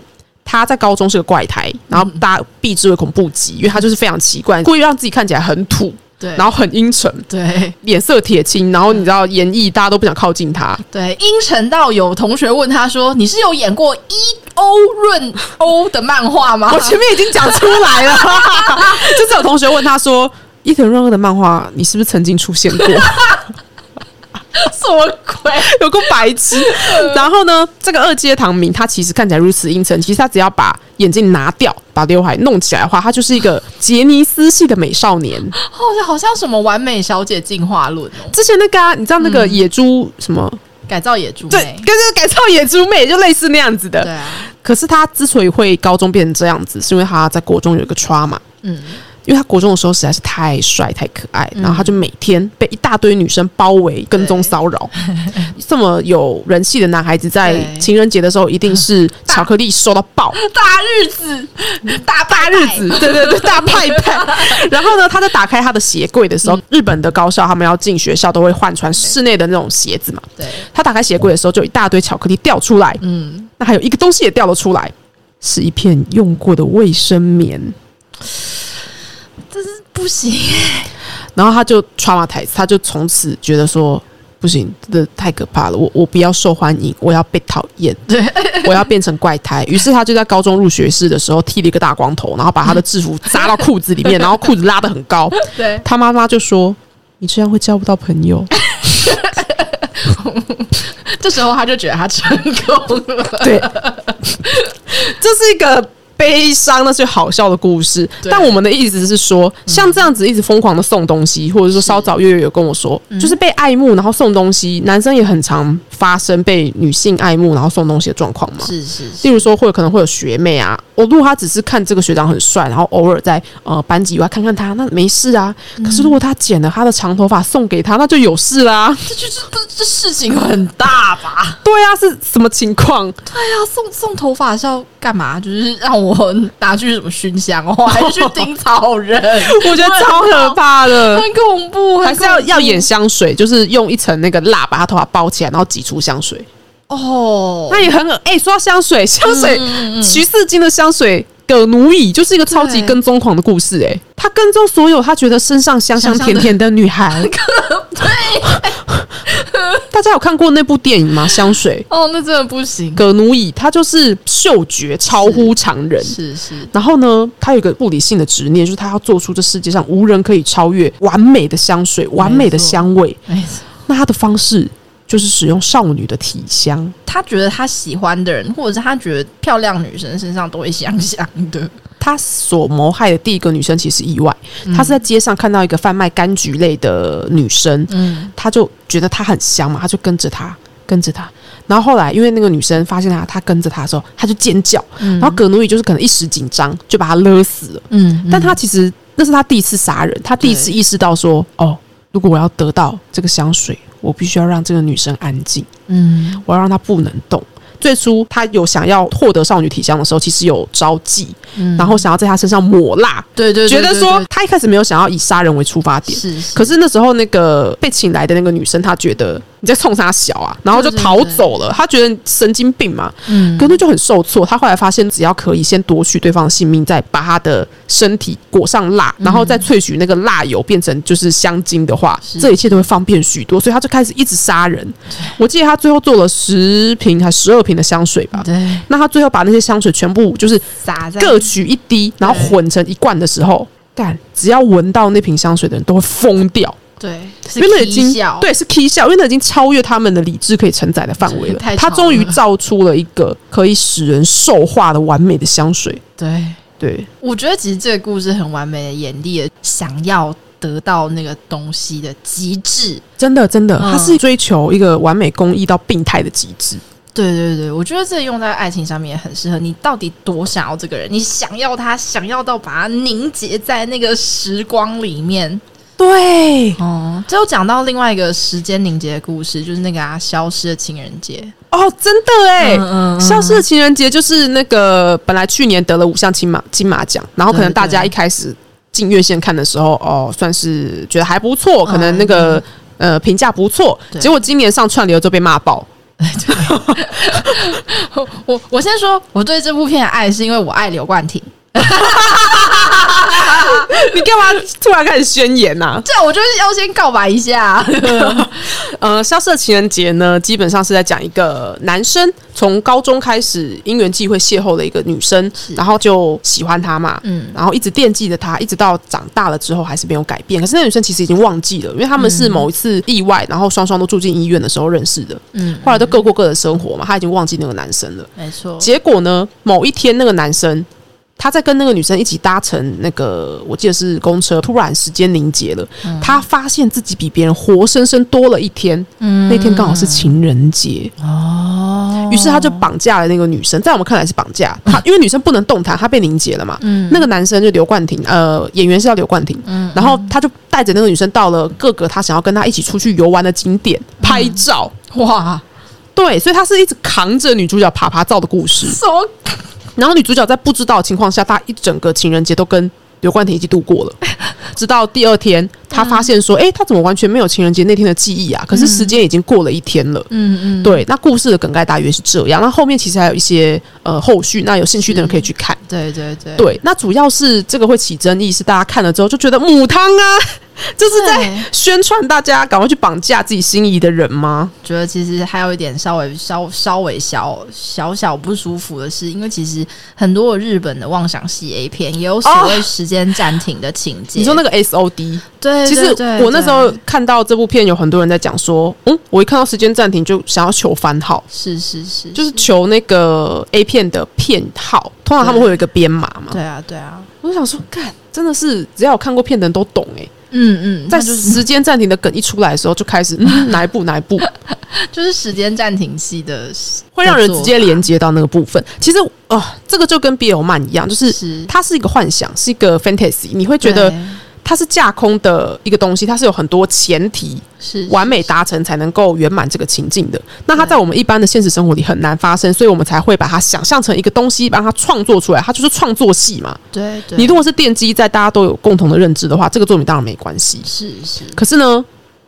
B: 他在高中是个怪胎，
A: 嗯
B: 然后大家避之唯恐不及，因为他就是非常奇怪，故意让自己看起来很土，
A: 对，
B: 然后很阴沉，
A: 对
B: 脸色铁青，然后你知道演绎大家都不想靠近他，
A: 对，阴沉到有同学问他说：“你是有演过 E 一欧润欧的漫画吗
B: 我前面已经讲出来了，就是有同学问他说：“伊藤润二的漫画，你是不是曾经出现过？”
A: 什么鬼？
B: 有个白痴。然后呢，这个二阶堂明他其实看起来如此阴沉，其实他只要把眼镜拿掉，把刘海弄起来的话，他就是一个杰尼斯系的美少年。
A: 好像好像什么完美小姐进化论哦，
B: 之前那个、啊，你知道那个野猪什么？
A: 改造野猪
B: 对，
A: 妹
B: 跟。这个改造野猪妹就类似那样子的。
A: 对啊，
B: 可是他之所以会高中变成这样子，是因为他在国中有一个 trauma。
A: 嗯，
B: 因为他国中的时候实在是太帅太可爱，然后他就每天被一大堆女生包围跟踪骚扰。这么有人气的男孩子，在
A: 对
B: 情人节的时候一定是巧克力收到爆，
A: 大日子，大大
B: 日子，对对对，大派 派。然后呢，他在打开他的鞋柜的时候，
A: 嗯
B: 日本的高校他们要进学校都会换穿室内的那种鞋子嘛。
A: 对，
B: 他打开鞋柜的时候，就有一大堆巧克力掉出来，
A: 嗯，
B: 那还有一个东西也掉了出来，是一片用过的卫生棉。
A: 这是不行，
B: 然后他就 traumatize，他就从此觉得说不行，这太可怕了，我我不要受欢迎，我要被讨厌，
A: 对，
B: 我要变成怪胎。于是他就在高中入学式的时候剃了一个大光头，然后把他的制服扎到裤子里 面，然后裤子拉得很高。
A: 对，
B: 他妈妈就说：“你这样会交不到朋友。
A: 这时候他就觉得他成功 了”。
B: 对， 这是一个。悲伤那是好笑的故事，
A: 对
B: 但我们的意思是说，像这样子一直疯狂的送东西，或者说稍早月月有跟我说，就是被爱慕然后送东西，男生也很常发生被女性爱慕然后送东西的状况嘛。
A: 是是是，
B: 例如说会有可能会有学妹啊，我如果她只是看这个学长很帅，然后偶尔在呃班级以外看看他，那没事啊。可是如果他剪了他的长头发送给他，那就有事啦。
A: 这就这这这事情很大吧？
B: 对啊，是什么情况？
A: 对啊，送送头发是要干嘛？就是让我拿去什么熏香哦，还是去盯草人？
B: 我觉得超可怕 的。
A: 很恐怖，很恐怖
B: 还是要要演香水，就是用一层那个蜡把他头发包起来，然后挤出香水。
A: 哦
B: 那。也很恶哎、说到香水，香水
A: 嗯嗯嗯
B: 徐世金的香水葛奴乙就是一个超级
A: 对
B: 跟踪狂的故事哎、他跟踪所有他觉得身上香香
A: 香香
B: 甜
A: 的
B: 甜的女孩。大家有看过那部电影吗？香水
A: 哦，那真的不行。
B: 葛奴乙，他就是嗅觉超乎常人。
A: 是是，
B: 然后呢，他有一个不理性的执念，就是他要做出这世界上无人可以超越完美的香水、完美的
A: 没错
B: 香味。
A: 没错。
B: 那他的方式就是使用少女的体香。
A: 他觉得他喜欢的人，或者是他觉得漂亮女生身上都会香香的。
B: 他所谋害的第一个女生其实意外，
A: 嗯
B: 他是在街上看到一个贩卖柑橘类的女生，
A: 嗯，
B: 他就觉得她很香嘛，他就跟着她，跟着她。然后后来，因为那个女生发现他，他跟着她的时候，他就尖叫。
A: 嗯
B: 然后葛奴乙就是可能一时紧张，就把他勒死了。
A: 嗯
B: 但他其实那是他第一次杀人，他第一次意识到说，哦，如果我要得到这个香水，我必须要让这个女生安静。
A: 嗯
B: 我要让她不能动。最初她有想要获得少女体香的时候，其实有招妓，
A: 嗯
B: 然后想要在她身上抹蜡，
A: 对对，
B: 觉
A: 对
B: 得
A: 对
B: 说
A: 对
B: 她一开始没有想要以杀人为出发点。
A: 是是
B: 可是那时候，那个被请来的那个女生，她觉得你在冲她小啊，然后就
A: 对对
B: 逃走了。她觉得神经病嘛，
A: 嗯
B: 可是就很受挫。她后来发现，只要可以先夺取对方的性命，再把她的身体裹上蜡，然后再萃取那个蜡油变成就是香精的话，
A: 嗯是
B: 这一切都会方便许多。所以她就开始一直杀人。我记得她最后做了十瓶还十二瓶的香水吧。
A: 对
B: 那她最后把那些香水全部就是
A: 撒在
B: 各取一滴，然后混成一罐的时候，干，只要闻到那瓶香水的人都会疯掉。
A: 对，是
B: 因为那已经
A: 啼笑
B: 对是 K 笑，因为那已经超越他们的理智可以承载的范围了
A: 太。
B: 他
A: 吵
B: 终于
A: 了
B: 造出了一个可以使人兽化的完美的香水。
A: 对。
B: 对，
A: 我觉得其实这个故事很完美的演绎了想要得到那个东西的极致。
B: 真的真的，
A: 嗯
B: 他是追求一个完美工艺到病态的极致。
A: 对对对，我觉得这用在爱情上面也很适合。你到底多想要这个人？你想要他，想要到把他凝结在那个时光里面。
B: 对，
A: 哦，这又讲到另外一个时间凝结的故事，就是那个啊，消失的情人节。
B: 哦，真的哎、
A: 嗯嗯
B: 消失的情人节就是那个本来去年得了五项金马金马奖，然后可能
A: 对
B: 大家
A: 对
B: 一开始进院线看的时候，哦，算是觉得还不错，可能那个、呃评价不错，
A: 嗯对
B: 结果今年上串流就被 骂爆。
A: 我我我先说，我对这部片的爱是因为我爱刘冠廷。
B: 你干嘛突然开始宣言啊呐、
A: 这样我就是要先告白一下。
B: 呃，消失的情人节呢，基本上是在讲一个男生从高中开始因缘际会邂逅了一个女生，然后就喜欢她嘛，
A: 嗯，
B: 然后一直惦记着她，一直到长大了之后还是没有改变。可是那女生其实已经忘记了，因为他们是某一次意外，然后双双都住进医院的时候认识的，
A: 嗯，
B: 后来都各过各的生活嘛，她已经忘记那个男生了。
A: 没错，
B: 结果呢，某一天那个男生他在跟那个女生一起搭乘那个，我记得是公车，突然时间凝结了，他发现自己比别人活生生多了一天。
A: 嗯
B: 那天刚好是情人节，
A: 哦
B: 于是他就绑架了那个女生，在我们看来是绑架他，因为女生不能动弹，她被凝结了嘛。
A: 嗯
B: 那个男生就刘冠廷，呃，演员是叫刘冠廷，
A: 嗯
B: 然后他就带着那个女生到了各个他想要跟她一起出去游玩的景
A: 嗯
B: 点拍照，
A: 哇，
B: 对，所以他是一直扛着女主角爬爬照的故事。
A: 什么？
B: 然后女主角在不知道的情况下，她一整个情人节都跟刘冠廷一起度过了。直到第二天，她发现说：“诶，她怎么完全没有情人节那天的记忆啊？可是时间已经过了一天了。
A: 嗯嗯，
B: 对，那故事的梗概大约是这样。那后面其实还有一些呃后续，那有兴趣的人可以去看。
A: 对对对，
B: 对，那主要是这个会起争议，是大家看了之后就觉得母汤啊， 就是在
A: 对
B: 宣传大家赶快去绑架自己心仪的人吗？
A: 觉得其实还有一点稍微稍稍微小小小不舒服的是，因为其实很多日本的妄想系 A 片也有所谓时间暂停的情节。
B: 哦你说那个 S O D，
A: 对，
B: 其实
A: 对对
B: 我那时候
A: 对
B: 看到这部片，有很多人在讲说，嗯，我一看到时间暂停就想要求番号，
A: 是是是，
B: 就是求那个 A 片的片号，通常他们会有一个编码嘛。
A: 对啊对啊，
B: 我就想说，干，真的是只要有看过片的人都懂哎、
A: 嗯嗯，
B: 在
A: 它就是
B: 时间暂停的梗一出来的时候，就开始、 嗯、哪一部哪一部，
A: 就是时间暂停系的，
B: 会让人直接连接到那个部分。其实哦，这个就跟 BL 漫一样，就是
A: 是
B: 它是一个幻想，是一个 fantasy，你会觉得
A: 对
B: 它是架空的一个东西，它是有很多前提，
A: 是
B: 完美达成才能够圆满这个情境的。那它在我们一般的现实生活里很难发生，所以我们才会把它想象成一个东西，把它创作出来。它就是创作戏嘛。
A: 对对，
B: 你如果是奠基在大家都有共同的认知的话，这个作品当然没关系。
A: 是是
B: 可是呢，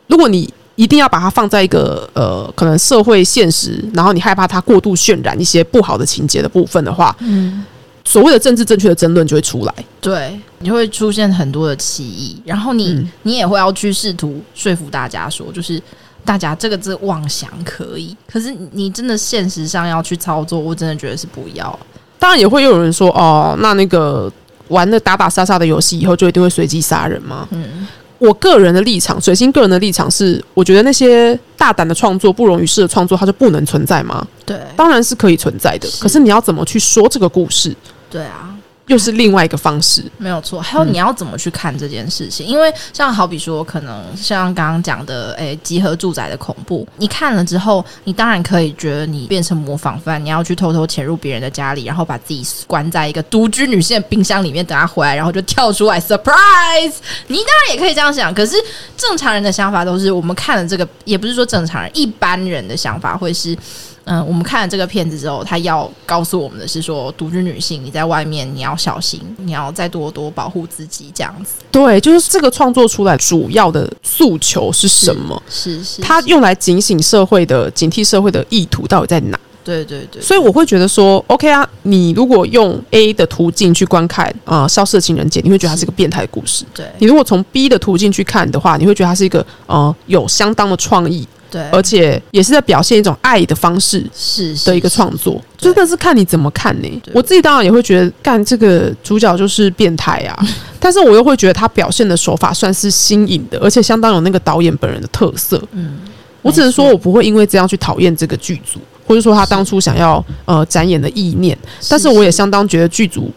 B: 如果你一定要把它放在一个呃，可能社会现实，然后你害怕它过度渲染一些不好的情节的部分的话，
A: 嗯，
B: 所谓的政治正确的争论就会出来。
A: 对，你会出现很多的歧义，然后你、
B: 嗯
A: 你也会要去试图说服大家说，就是大家这个这妄想可以，可是你你真的现实上要去操作，我真的觉得是不要。
B: 当然也会有人说，哦，那那个玩了打打杀杀的游戏以后，就一定会随机杀人吗？
A: 嗯，
B: 我个人的立场，水星个人的立场是，我觉得那些大胆的创作、不容于世的创作，它就不能存在吗？
A: 对，
B: 当然是可以存在的，
A: 是
B: 可是你要怎么去说这个故事，
A: 对啊。
B: 又是另外一个方式。
A: 没有错，还有你要怎么去看这件事情？因为像好比说，可能像刚刚讲的，诶、集合住宅的恐怖，你看了之后，你当然可以觉得你变成模仿犯，你要去偷偷潜入别人的家里，然后把自己关在一个独居女性的冰箱里面，等她回来，然后就跳出来，surprise！你 当然也可以这样想，可是正常人的想法都是，我们看了这个，也不是说正常人，一般人的想法会是，嗯，我们看了这个片子之后，他要告诉我们的是说，独居女性你在外面你要小心，你要再多多保护自己，这样子。
B: 对，就是这个创作出来主要的诉求是什么？
A: 是是，
B: 它
A: 是
B: 用来警醒社会的、警惕社会的意图到底在哪？
A: 对对对，
B: 所以我会觉得说，OK 啊，你如果用 A 的途径去观看啊、呃消失的情人节》，你会觉得它是一个变态的故事；
A: 对
B: 你如果从 B 的途径去看的话，你会觉得它是一个呃有相当的创意，
A: 对，
B: 而且也是在表现一种爱的方式
A: 是是
B: 的一个创作，
A: 是是
B: 真的是看你怎么看呢、
A: 对
B: 我自己当然也会觉得，干这个主角就是变态 啊，但是我又会觉得他表现的手法算是新颖的，而且相当有那个导演本人的特色。
A: 嗯，
B: 我只能说
A: 没
B: 我
A: 错
B: 不会因为这样去讨厌这个剧组，或者说他当初想要呃展演的意念，但是我也相当觉得剧组，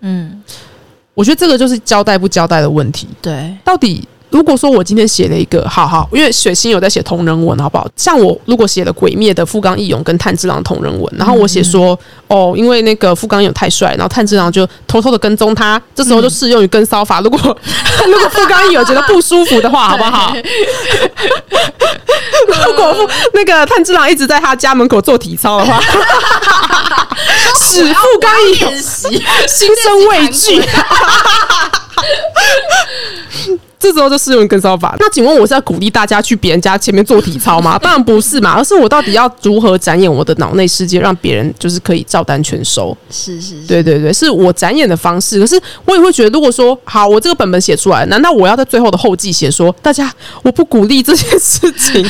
A: 嗯，
B: 我觉得这个就是交代不交代的问题，
A: 对
B: 到底。如果说我今天写了一个，好好，因为水星有在写同人文，好不好？像我如果写了《鬼灭》的富冈义勇跟炭治郎同人文，然后我写说，哦，因为那个富冈勇太帅，然后炭治郎就偷偷的跟踪他，这时候就适用于跟骚法。如果 如果富冈义勇觉得不舒服的话，好不好？ 如果富那个炭治郎一直在他家门口做体操的话，使富冈义勇
A: 练习，
B: 心生畏惧。这时候就适用跟骚法。那请问我是要鼓励大家去别人家前面做体操 吗？当然不是嘛，而是我到底要如何展演我的脑内世界，让别人就是可以照单全收。
A: 是是是，
B: 对对对，是我展演的方式。可是我也会觉得，如果说好，我这个本本写出来，难道我要在最后的后记写说，大家我不鼓励这件事 情？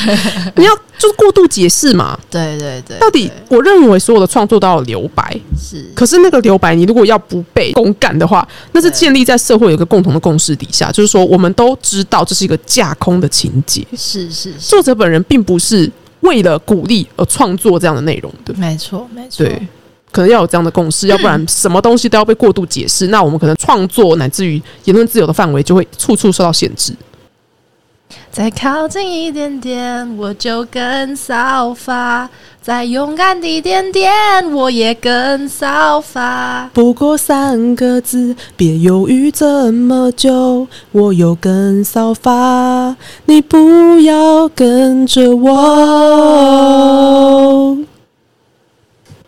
B: 你要就是过度解释嘛？
A: 对对对，
B: 到底我认为所有的创作都要有留白，
A: 是
B: 可是那个留白，你如果要不被公干的话，那是建立在社会有一个共同的共识底下，就是说我们都知道这是一个架空的情节，
A: 是是是，
B: 作者本人并不是为了鼓励而创作这样的内容的，
A: 没错没错，
B: 对。可能要有这样的共识，要不然什么东西都要被过度解释，那我们可能创作乃至于言论自由的范围就会处处受到限制。
A: 再靠近一点点，我就跟扫发；再勇敢一点点，我也跟扫发。
B: 不过三个字，别犹豫这么久，我有跟骚法，你不要跟着我。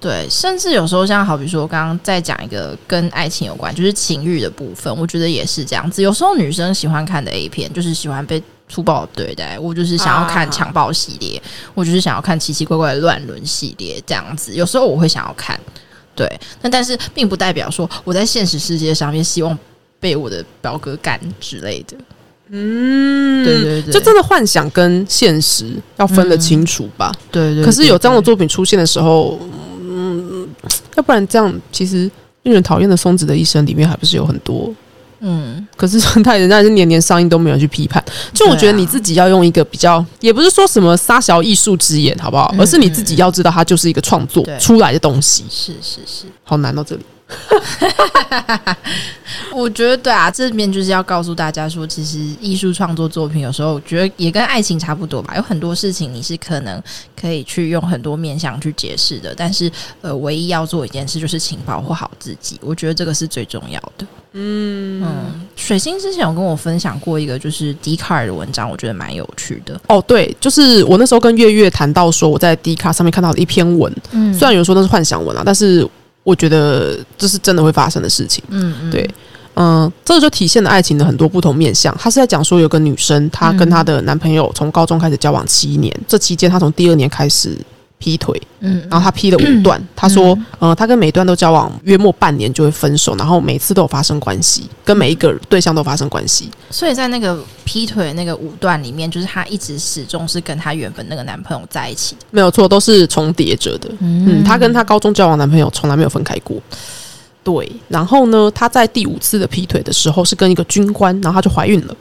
A: 对，甚至有时候像好比说，我刚刚在讲一个跟爱情有关，就是情欲的部分，我觉得也是这样子。有时候女生喜欢看的 A 片，就是喜欢被粗暴对待，我就是想要看强暴系列，我就是想要看奇奇怪怪的乱伦系列这样子。有时候我会想要看，对，那但是并不代表说我在现实世界上面希望被我的表哥干之类的。
B: 嗯，
A: 对对对
B: 就真的幻想跟现实要分得清楚吧。
A: 对嗯对
B: 可是有这样的作品出现的时候，嗯，要不然这样其实令人讨厌的松子的一生里面还不是有很多
A: 嗯，
B: 可是他人家是年年上映都没有人去批判，就我觉得你自己要用一个比较，也不是说什么撒小艺术之眼，好不好？
A: 嗯
B: 而是你自己要知道，它就是一个创作
A: 对
B: 出来的东西。
A: 是是是，
B: 好难到这里，
A: 我觉得对啊，这边就是要告诉大家说，其实艺术创作作品有时候我觉得也跟爱情差不多吧，有很多事情你是可能可以去用很多面向去解释的，但是呃，唯一要做一件事就是请保护好自己，我觉得这个是最重要的。嗯水星之前有跟我分享过一个就是笛卡尔的文章，我觉得蛮有趣的。
B: 哦，对，就是我那时候跟月月谈到说，我在 D 卡上面看到的一篇文，
A: 嗯
B: 虽然有人说那是幻想文啊，但是我觉得这是真的会发生的事情。
A: 嗯嗯
B: 对嗯，这个就体现了爱情的很多不同面向。她是在讲说，有个女生，她跟
A: 嗯
B: 她的男朋友从高中开始交往七年，这期间她从第二年开始劈腿，
A: 嗯
B: 然后她劈了五段，她说，呃，她跟每一段都交往约莫半年就会分手，然后每次都有发生关系，跟每一个对象都发生关系。
A: 所以在那个劈腿那个舞段里面，就是她一直始终是跟她原本那个男朋友在一起的。
B: 没有错，都是重叠着的。嗯，她跟她高中交往男朋友从来没有分开过。对，然后呢，她在第五次的劈腿的时候是跟一个军官，然后她就怀孕了。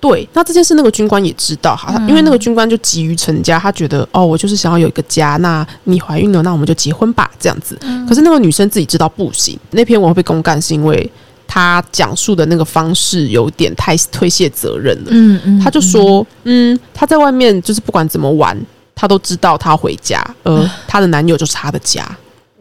B: 对，那这件事那个军官也知道哈，因为那个军官就急于成家，他觉得哦，我就是想要有一个家，那你怀孕了，那我们就结婚吧，这样子。可是那个女生自己知道不行，那篇文会被公干是因为她讲述的那个方式有点太推卸责任了。
A: 嗯嗯
B: 他就说，嗯，他在外面就是不管怎么玩，他都知道他回家，而她的男友就是她的家。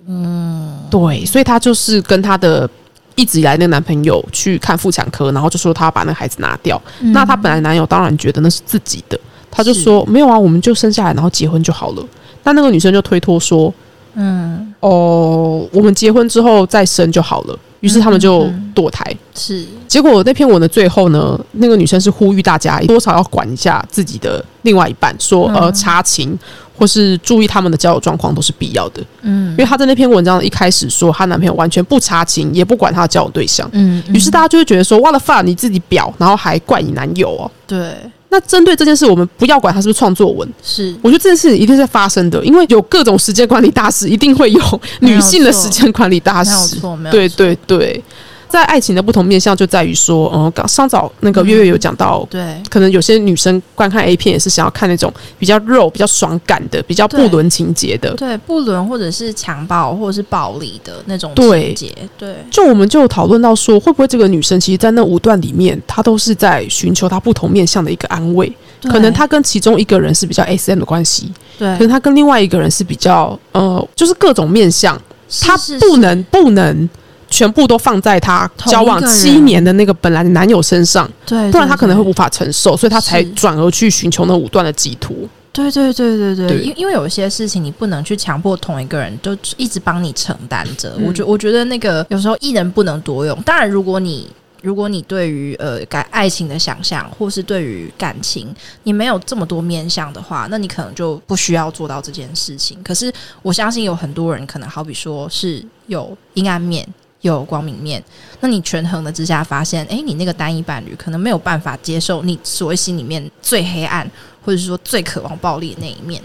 B: 嗯，对，所以她就是跟她的一直以来那个男朋友去看妇产科，然后就说她要把那个孩子拿掉。
A: 嗯
B: 那她本来男友当然觉得那是自己的，他就说没有啊，我们就生下来然后结婚就好了。那那个女生就推脱说，
A: 嗯
B: 哦，我们结婚之后再生就好了。于是他们就堕胎。
A: 是
B: 结果那篇文的最后呢，那个女生是呼吁大家多少要管一下自己的另外一半，说
A: 嗯
B: 呃查情或是注意他们的交友状况都是必要的。嗯，因为她在那篇文章一开始说她男朋友完全不查情，也不管她的交友对象，
A: 嗯
B: 于是大家就会觉得说哇了 fuck 你自己婊，然后还怪你男友哦。
A: 对
B: 那针对这件事，我们不要管他是不是创作文，
A: 是
B: 我觉得这件事一定是发生的，因为有各种时间管理大师，一定会有女性的时间管理大
A: 没有
B: 师。
A: 错没有
B: 对
A: 错
B: 对对，在爱情的不同面向就在于说，嗯，刚上早那个月月有讲到，
A: 对，
B: 可能有些女生观看 A 片也是想要看那种比较肉、比较爽感的、比较不
A: 对
B: 伦情节的。
A: 对，不伦或者是强暴或者是暴力的那种
B: 对
A: 情节，对，
B: 就我们就有讨论到说，会不会这个女生其实，在那五段里面，她都是在寻求她不同面向的一个安慰。
A: 对
B: 可能她跟其中一个人是比较 S M 的关系，
A: 对
B: 可能她跟另外一个人是比较呃，就是各种面向，
A: 是
B: 她
A: 是
B: 不
A: 是
B: 能不能全部都放在她
A: 同一
B: 交往
A: 个人
B: 七年的那个本来的男友身上，
A: 对，
B: 不然
A: 对
B: 她可能会
A: 对
B: 无法承受，所以她才
A: 是
B: 转而去寻求那五段的寄托。
A: 对对对对对，
B: 对
A: 因因为有一些事情你不能去强迫同一个人，就一直帮你承担着。
B: 嗯
A: 我觉我觉得那个有时候一人不能多用。当然，如果你如果你对于呃感爱情的想象，或是对于感情你没有这么多面向的话，那你可能就不需要做到这件事情。可是我相信有很多人可能好比说是有阴暗面。有光明面，那你权衡的之下发现，诶，你那个单一伴侣可能没有办法接受你所谓心里面最黑暗，或者是说最渴望暴力的那一面。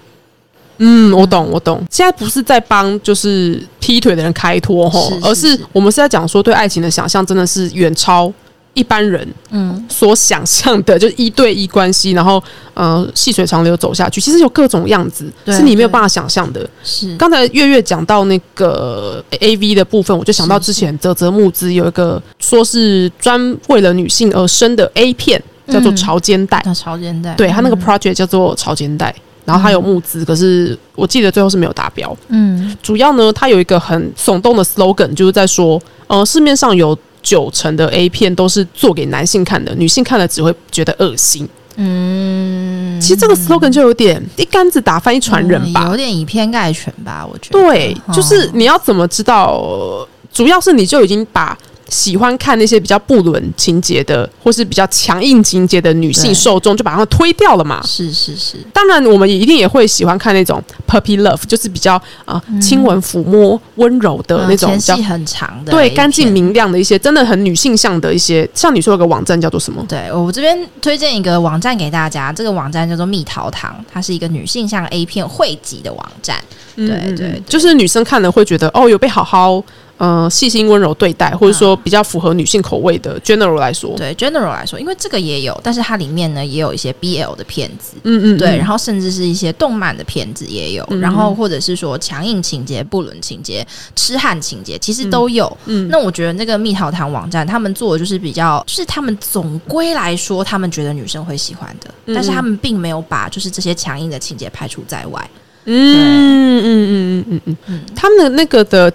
B: 嗯，我懂，我懂。现在不是在帮就是劈腿的人开脱吼
A: 是，是
B: 而是
A: 是
B: 我们是在讲说对爱情的想象真的是远超一般人
A: 嗯，
B: 所想象的，就是一对一关系，然后呃细水长流走下去，其实有各种样子
A: 对嗯
B: 是你没有办法想象的。
A: 是
B: 刚才月月讲到那个 A V 的部分，我就想到
A: 是
B: 之前泽泽木资有一个说是专为了女性而生的 A 片，叫做
A: 嗯
B: 潮肩带。
A: 那超简单。
B: 对他那个
A: 嗯
B: project 叫做潮肩带，然后他有募资，可是我记得最后是没有达标。
A: 嗯，
B: 主要呢，它有一个很耸动的 slogan，就是在说，呃，市面上有九成的 A 片都是做给男性看的，女性看了只会觉得恶心。
A: 嗯，
B: 其实这个 slogan 就有点一竿子打翻一船人吧。
A: 嗯有点以偏概全吧，我觉得。
B: 对，
A: 哦
B: 就是你要怎么知道？呃主要是你就已经把。喜欢看那些比较不伦情节的，或是比较强硬情节的女性
A: 对
B: 受众，就把它们推掉了嘛。
A: 是是是，
B: 当然，我们也一定也会喜欢看那种 puppy love，就是比较啊、呃亲吻、抚摸、温柔的
A: 嗯
B: 那种
A: 前
B: 比较
A: 戏很长的，
B: 对干净。明亮的一些，真的很女性向的一些，像你说有个网站叫做什么？
A: 对我这边推荐一个网站给大家，这个网站叫做蜜桃堂，它是一个女性向 A 片汇集的网站。对
B: 嗯嗯嗯
A: 对
B: 就是女生看了会觉得哦，有被好好呃细心温柔对待，或者说比较符合女性口味的 general 来说，
A: 啊对 general 来说，因为这个也有，但是它里面呢也有一些 BL 的片子，
B: 嗯嗯，
A: 对，然
B: 后
A: 后甚至是一些动漫的片子也有，
B: 嗯
A: 然后或者是说强硬情节、不伦情节、痴汉情节，其实都有。
B: 嗯
A: 那我觉得那个蜜桃堂网站，他们做的就是比较，就是他们总归来说，他们觉得女生会喜欢的，
B: 嗯
A: 但是他们并没有把就是这些强硬的情节排除在外。
B: 嗯嗯嗯嗯嗯嗯
A: 嗯，
B: 他们的那个的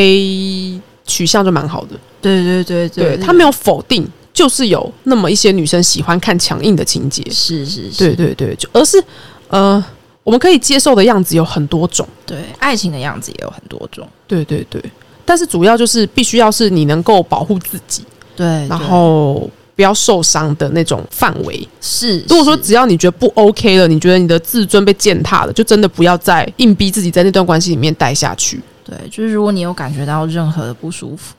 B: TA 取向就蛮好的，
A: 对对对
B: 对他没有否定，就是有那么一些女生喜欢看强硬的情节，
A: 是是是，
B: 对对对，就而是呃，我们可以接受的样子有很多种。
A: 对爱情的样子也有很多种。
B: 对对对，但是主要就是必须要是你能够保护自己，
A: 对，
B: 然
A: 对
B: 后不要受伤的那种范围。
A: 是
B: 如果说
A: 是
B: 只要你觉得不 OK 了，你觉得你的自尊被践踏了，就真的不要再硬逼自己在那段关系里面待下去。
A: 对，就是如果你有感觉到任何的不舒服，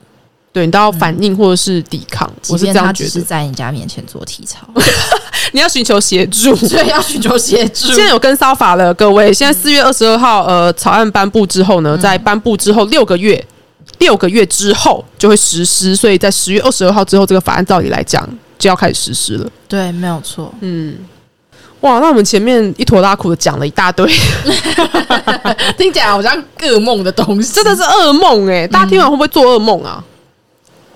B: 对你都要反应或者是抵抗，
A: 即
B: 我是这
A: 便他
B: 样
A: 只
B: 觉
A: 是
B: 得。
A: 在你家面前做体 操，
B: 你要寻求 协助，
A: 所以要寻求协助。
B: 现在有跟骚法了，各位。现在四月二十二号，呃，草案颁布之后呢，在颁布之后六个月，六个月之后就会实施，所以在十月二十二号之后，这个法案照理来讲就要开始实施了。
A: 对，没有错。
B: 嗯，哇，那我们前面一坨拉苦的讲了一大堆，
A: 听起来好像噩梦的东西，
B: 真的是噩梦哎、大家听完会不会做噩梦啊？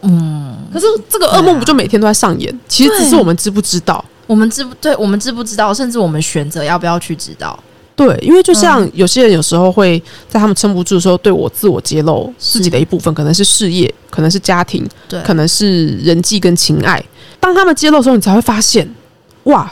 A: 嗯，
B: 可是这个噩梦不就每天都在上演？其实只是我们知不知道。
A: 我们知不对，我们知不知道，甚至我们选择要不要去知道，
B: 对，因为就像有些人有时候会在他们撑不住的时候，对我自我揭露自己的一部分，可能是事业，可能是家庭，
A: 对，
B: 可能是人际跟情爱。当他们揭露的时候，你才会发现，哇，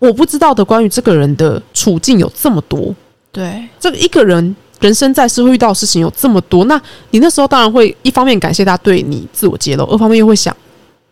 B: 我不知道的关于这个人的处境有这么多，
A: 对，
B: 这个一个人人生在世会遇到的事情有这么多。那你那时候当然会一方面感谢他对你自我揭露，二方面又会想，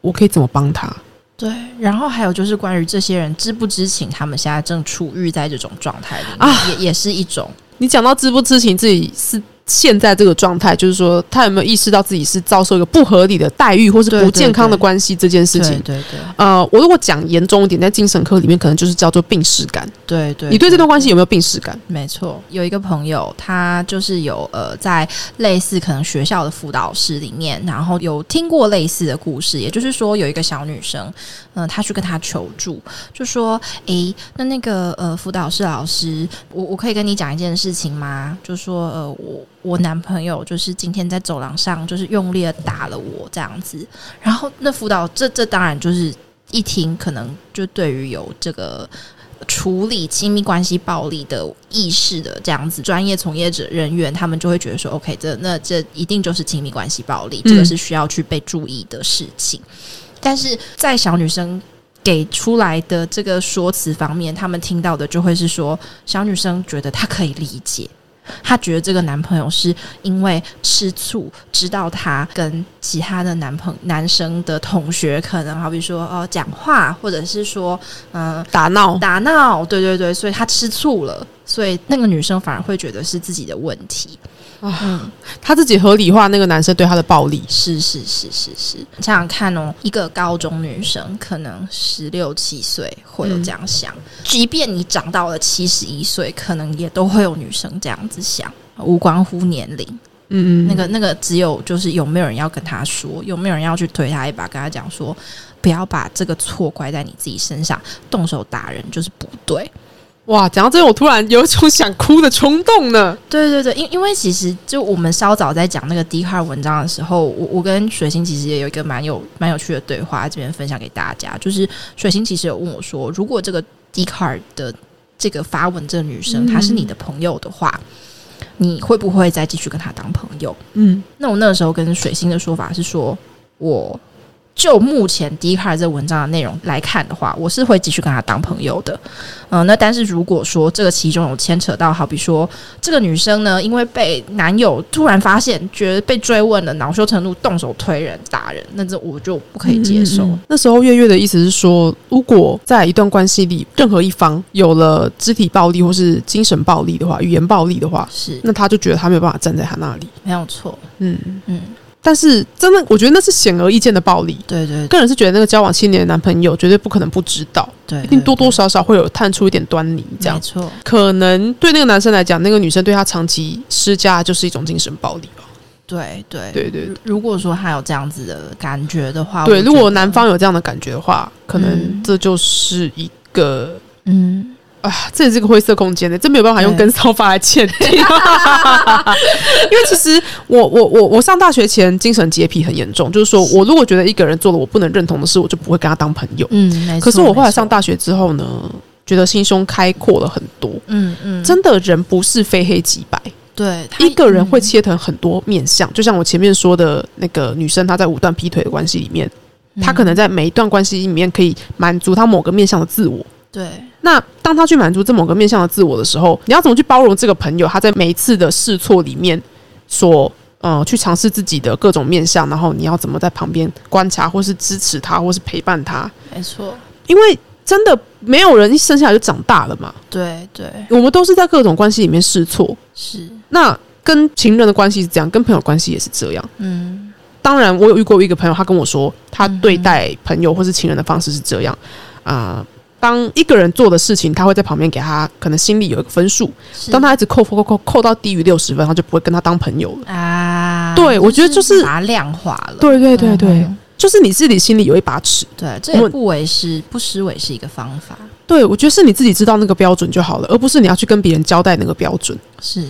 B: 我可以怎么帮他？
A: 对。然后还有就是关于这些人知不知情，他们现在正处于在这种状态里面，
B: 啊
A: 也也是一种
B: 你讲到知不知情，自己是现在这个状态，就是说他有没有意识到自己是遭受一个不合理的待遇，或是
A: 对
B: 不
A: 对
B: 健康的
A: 对
B: 关系这件事
A: 对
B: 情？
A: 对对
B: 呃，我如果讲严重一点，在精神科里面可能就是叫做病视感。
A: 对对，
B: 你对这段关系有没有病视感？
A: 没错，有一个朋友，他就是有呃，在类似可能学校的辅导室里面，然后有听过类似的故事，也就是说，有一个小女生，嗯、她去跟他求助，就说：“诶，那那个呃，辅导室老师，我我可以跟你讲一件事情吗？就说呃，我我男朋友就是今天在走廊上就是用力的打了我这样子，然后那辅导这这当然就是一听，可能就对于有这个处理亲密关系暴力的意识的这样子专业从业者人员，他们就会觉得说，OK，这那这一定就是亲密关系暴力，
B: 嗯
A: 这个是需要去被注意的事情。但是在小女生。给出来的这个说辞方面，他们听到的就会是说，小女生觉得她可以理解，她觉得这个男朋友是因为吃醋，知道她跟其他的男朋男生的同学可能好比说哦、讲话，或者是说嗯、呃
B: 打闹？
A: 打闹，对对对，所以她吃醋了，所以那个女生反而会觉得是自己的问题。
B: 他自己合理化那个男生对他的暴力。
A: 是是是是是，想想看哦，一个高中女生可能十六七岁会有这样想，即便你长到了七十一岁，可能也都会有女生这样子想，无关乎年龄。
B: 嗯嗯，
A: 那个那个只有就是有没有人要跟他说，有没有人要去推他一把，跟他讲说，不要把这个错怪在你自己身上，动手打人就是不对。
B: 哇，讲到这，我突然有一种想哭的冲动呢。
A: 对对对，因因为其实就我们稍早在讲那个 D 卡文章的时候，我我跟水星其实也有一个蛮有蛮有趣的对话，这边分享给大家。就是水星其实有问我说，如果这个 D 卡的这个发文这个女生、
B: 嗯
A: 她是你的朋友的话，你会不会再继续跟她当朋友？
B: 嗯，
A: 那我那个时候跟水星的说法是说，我就目前 d 卡这文章的内容来看的话，我是会继续跟他当朋友的。嗯、那但是如果说这个其中有牵扯到，好比说这个女生呢，因为被男友突然发现，觉得被追问了，恼羞成怒，动手推人、打人，那这我就不可以接受。
B: 嗯嗯嗯那时候月月的意思是说，如果在一段关系里，任何一方有了肢体暴力或是精神暴力的话，语言暴力的话，
A: 是
B: 嗯那他就觉得他没有办法站在他那里。
A: 没有错，
B: 嗯，
A: 嗯，
B: 但是真的，我觉得那是显而易见的暴力。
A: 对对
B: 个人是觉得那个交往七年的男朋友绝对不可能不知道，
A: 对，
B: 一定多多少少会有探出一点端倪。这样
A: 没，错，
B: 可能对那个男生来讲，那个女生对他长期施加就是一种精神暴力吧。
A: 对对
B: 对对对
A: 如如果说他有这样子的感觉的话，
B: 对，
A: 嗯我
B: 如果
A: 觉得
B: 男方有这样的感觉的话，可能
A: 嗯
B: 这就是一个。
A: 嗯，
B: 啊，这也是个灰色空间的，这没有办法用
A: 对
B: 跟骚法来鉴定，嗯 因为其实我我我我上大学前精神洁癖很严重，就是说我如果觉得一个人做了我不能认同的事，我就不会跟他当朋友。
A: 嗯，没错。
B: 可是我后来
A: 没错
B: 上，大学之后呢，觉得心胸开阔了很多，
A: 嗯嗯，
B: 真的人不是非黑即白，
A: 对，他
B: 一个人会
A: 嗯
B: 切成很多面相。就像我前面说的那个女生，她在五段劈腿的关系里面，
A: 嗯
B: 她可能在每一段关系里面可以满足她某个面向的自我。
A: 对
B: 那当他去满足这某个面向的自我的时候，你要怎么去包容这个朋友？他在每一次的试错里面所呃去尝试自己的各种面向，然后你要怎么在旁边观察，或是支持他，或是陪伴他？
A: 没错，
B: 因为真的没有人一生下来就长大了嘛，
A: 对对
B: 我们都是在各种关系里面试错。
A: 是，
B: 那跟情人的关系是这样，跟朋友关系也是这样。
A: 嗯
B: 当然，我有遇过一个朋友，他跟我说，他对待朋友或是情人的方式是这样啊、当一个人做的事情，他会在旁边给他可能心里有一个分数，
A: 是
B: 当他一直扣扣扣扣扣到低于六十分，他就不会跟他当朋友了。
A: 啊，
B: 对我觉得就是
A: 把它量化了，
B: 对对对
A: 嗯
B: 对，
A: 嗯
B: 就是你自己心里有一把尺。
A: 对，这
B: 我
A: 也
B: 们
A: 不为是不失为是一个方法，
B: 对我觉得是你自己知道那个标准就好了，而不是你要去跟别人交代那个标准。
A: 是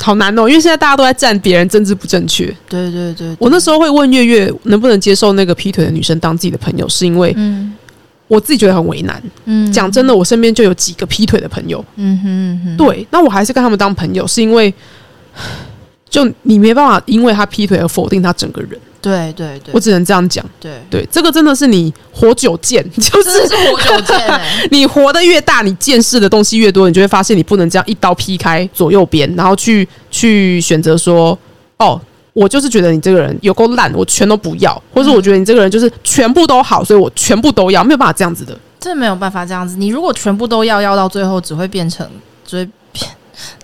B: 好难哦，因为现在大家都在站别人政治不正确。
A: 对对对，
B: 我那
A: 候
B: 时候会问月月能不能接受那个劈腿的女生当自己的朋友，是因为
A: 嗯
B: 我自己觉得很为难。
A: 嗯
B: 讲真的，我身边就有几个劈腿的朋友，
A: 嗯哼嗯哼，
B: 对，那我还是跟他们当朋友，是因为就你没办法因为他劈腿而否定他整个人，
A: 对对对
B: 我只能这样讲。
A: 对，
B: 对，这个真的是你活久见， 就
A: 真的
B: 是
A: 是活久见欸
B: 你活得越大，你见识的东西越多，你就会发现你不能这样一刀劈开左右边，然后去去选择说，哦，我就是觉得你这个人有够烂，我全都不要，或者我觉得你这个人就是全部都好，所以我全部都要，没有办法这样子的。
A: 这没有办法这样子，你如果全部都要要到最后，只会变成只会变。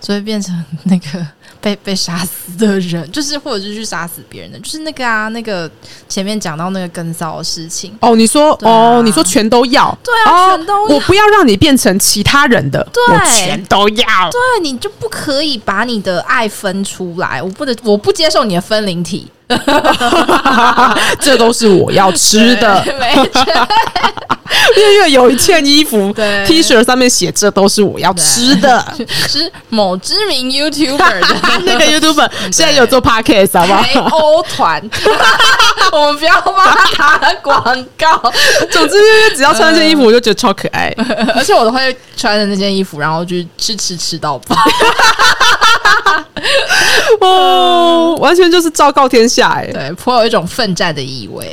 A: 就会变成那个被被杀死的人，就是或者是去杀死别人的，就是那个啊，那个前面讲到那个跟骚的事情，
B: 哦，你说、
A: 对啊
B: 哦，你说全都要，
A: 对啊，
B: 哦
A: 全都
B: 我不要让你变成其他人的，
A: 对
B: 我全都要。
A: 对，你就不可以把你的爱分出来，我不能，我不接受你的分灵体。
B: 这都是我要吃的。
A: 啊对，没错，
B: 月月有一件衣 服
A: 对
B: T 恤上面写“这都是我要吃的
A: 是某知名” YouTuber 的。
B: 那个 YouTuber 现在有做 Podcast 好不
A: 陪
B: 好？
A: 欧团， 我们不要帮他打广告。
B: 总之，月月只要穿这件衣服，我就觉得超可爱。
A: 而且我都会穿着那件衣服，然后去吃吃吃到饱。
B: 哦，完全就是昭告天下哎！
A: 对，颇有一种奋战的意味。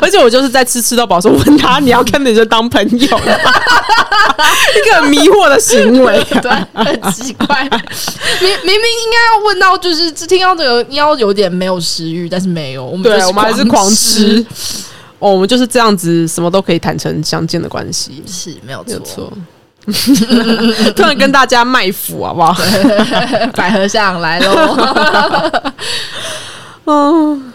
B: 而且我就是在吃吃到饱的时候问他，你要跟你就当朋 友了吗，一个很迷惑的行为。
A: 对，很奇怪，明明明应该要问到，就是听到这个要有点没有食欲，但是没有，我们
B: 对
A: 就，
B: 我们还是狂
A: 狂
B: 吃。。哦，我们就是这样子，什么都可以坦诚相见的关系，
A: 是没有
B: 没有
A: 错，
B: 错。 突然跟大家卖腐好不好？
A: 百合巷来喽，
B: 嗯，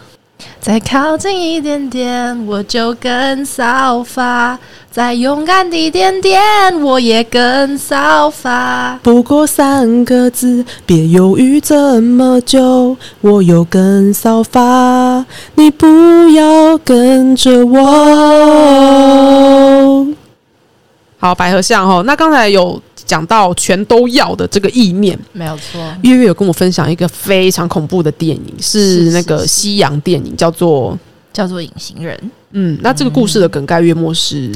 A: 再靠近一点点， 我就跟扫发；再勇敢一点点，我也跟扫发。
B: 不过三个字，别犹豫这么久，我有跟骚发，你不要跟着我。好，百合巷哦，那刚才有讲到全都要的这个意念，
A: 没有错，
B: 月月有跟我分享一个非常恐怖的电影，
A: 是
B: 是
A: 是
B: 那个
A: 是
B: 西洋电影，叫做
A: 叫做隐形人。
B: 嗯，那这个故事的梗概月末是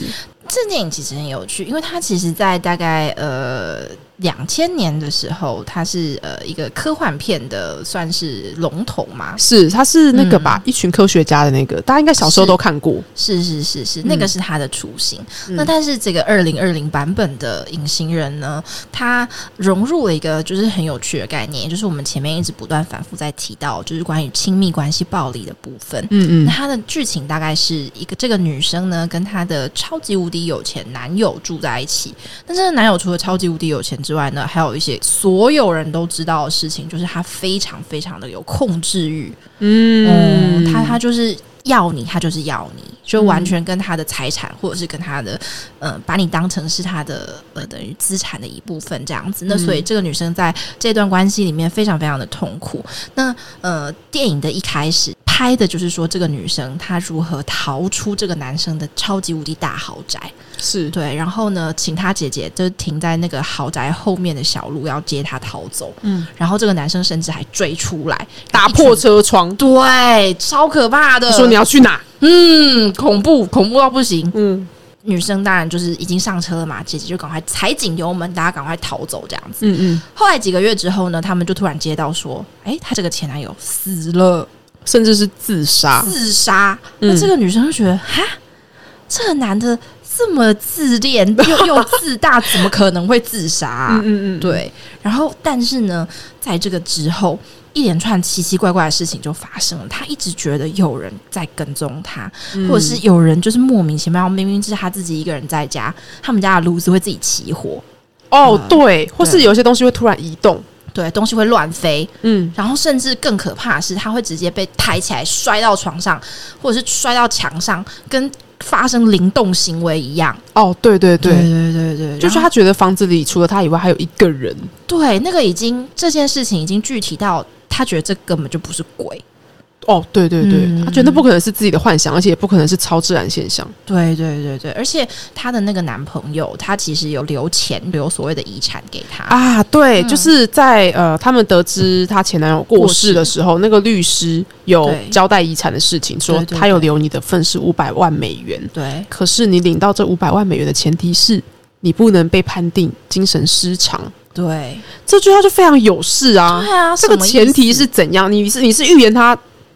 A: 这电影其实很有趣，因为它其实，在大概呃两千年的时候，它是呃一个科幻片的算是龙头嘛。
B: 是它是那个吧，一群科学家的那个，大家应该小时候
A: 是
B: 都看过，
A: 是是是是，那个是它的雏形。
B: 嗯
A: 那但是这个二零二零版本的隐形人呢，它融入了一个就是很有趣的概念，也就是我们前面一直不断反复在提到，就是关于亲密关系暴力的部分。
B: 嗯
A: 那
B: 嗯，
A: 它的剧情大概是一个这个女生呢，跟她的超级无敌有钱男友住在一起。但这个男友除了超级无敌有钱之外呢，还有一些所有人都知道的事情，就是他非常非常的有控制欲。嗯，
B: 哦
A: 他他就是要你，他就是要你，就
B: 嗯
A: 完全跟他的财产或者是跟他的呃，把你当成是他的呃等于资产的一部分这样子。那
B: 嗯
A: 所以这个女生在这段关系里面非常非常的痛苦。那呃，电影的一开始。拍的就是说，这个女生她如何逃出这个男生的超级无敌大豪宅，
B: 是
A: 对，然后呢，请她姐姐就停在那个豪宅后面的小路，要接她逃走。
B: 嗯，
A: 然后这个男生甚至还追出来，
B: 打破车窗，
A: 对，超可怕的。
B: 说你要去哪？
A: 嗯，恐怖，恐怖到不行。
B: 嗯
A: 女生当然就是已经上车了嘛，姐姐就赶快踩紧油门，大家赶快逃走这样子。
B: 嗯嗯，
A: 后来几个月之后呢，他们就突然接到说，哎、她这个前男友死了，
B: 甚至是自杀，
A: 自杀。
B: 嗯
A: 那这个女生就觉得，哈，这个男的这么自恋又又自大，怎么可能会自杀啊、
B: 嗯嗯，
A: 对，然后但是呢，在这个之后，一连串奇奇怪怪的事情就发生了。他一直觉得有人在跟踪他，
B: 嗯
A: 或者是有人就是莫名其妙，明明是他自己一个人在家，他们家的炉子会自己起火，
B: 哦对，或是有些东西会突然移动，
A: 对，东西会乱飞，
B: 嗯，
A: 然后甚至更可怕的是，他会直接被抬起来摔到床上，或者是摔到墙上，跟发生灵动行为一样。
B: 哦对对对，
A: 对对对
B: 就是他觉得房子里除了他以外还有一个人，
A: 对那个已经这件事情已经具体到他觉得这根本就不是鬼。
B: 哦对对对，
A: 嗯
B: 他觉得那不可能是自己的幻想，而且也不可能是超自然现象，
A: 对对对对，而且她的那个男朋友，他其实有留钱，留所谓的遗产给她。
B: 啊，对，
A: 嗯
B: 就是在呃，他们得知她前男友过世的时候，那个律师有
A: 对
B: 交代遗产的事情，说
A: 对对
B: 他有留你的份是五百万美元，
A: 对
B: 可是你领到这五百万美元的前提是你不能被判定精神失常，
A: 对
B: 这句话就非常有事啊。
A: 对啊，
B: 这个
A: 什么意思
B: 前提是怎样？你是你是预言他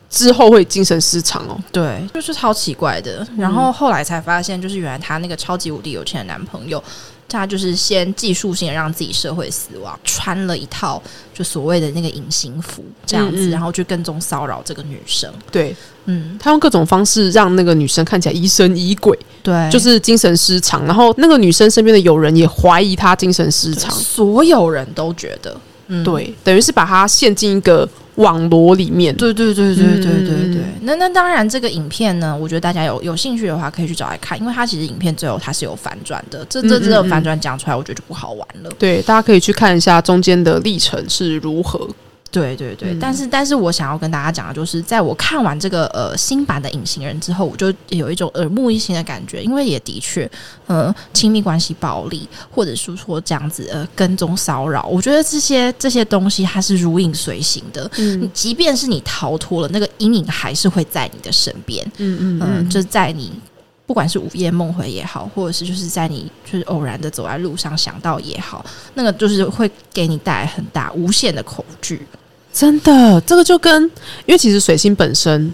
B: 之后会精神失常哦？
A: 对，
B: 嗯
A: 就是超奇怪的。然后后来才发现，就是原来她那个超级无敌有钱的男朋友，他就是先技术性的让自己社会死亡，穿了一套就所谓的那个隐形服这样子，
B: 嗯嗯
A: 然后去跟踪骚扰这个女生。
B: 对
A: 嗯，
B: 他用各种方式让那个女生看起来疑神疑鬼，
A: 对，
B: 就是精神失常。然后那个女生身边的友人也怀疑她精神失常，
A: 所有人都觉得，嗯，
B: 对，等于是把她陷进一个网罗里面。
A: 对对对对对对对
B: 嗯
A: 那那当然，这个影片呢，我觉得大家有有兴趣的话，可以去找来看，因为它其实影片最后它是有反转的，这这
B: 嗯嗯
A: 这个
B: 嗯
A: 反转讲出来，我觉得就不好玩了。
B: 对，大家可以去看一下中间的历程是如何。
A: 对对对，
B: 嗯
A: 但是但是我想要跟大家讲的就是，在我看完这个呃新版的《隐形人》之后，我就有一种耳目一新的感觉，因为也的确，呃，亲密关系暴力，或者是说这样子呃跟踪骚扰，我觉得这些这些东西它是如影随形的，
B: 嗯
A: 即便是你逃脱了，那个阴影还是会在你的身边，
B: 嗯
A: 嗯，就在你不管是午夜梦回也好，或者是就是在你就是偶然的走在路上想到也好，那个就是会给你带来很大无限的恐惧。
B: 真的，这个就跟因为其实水星本身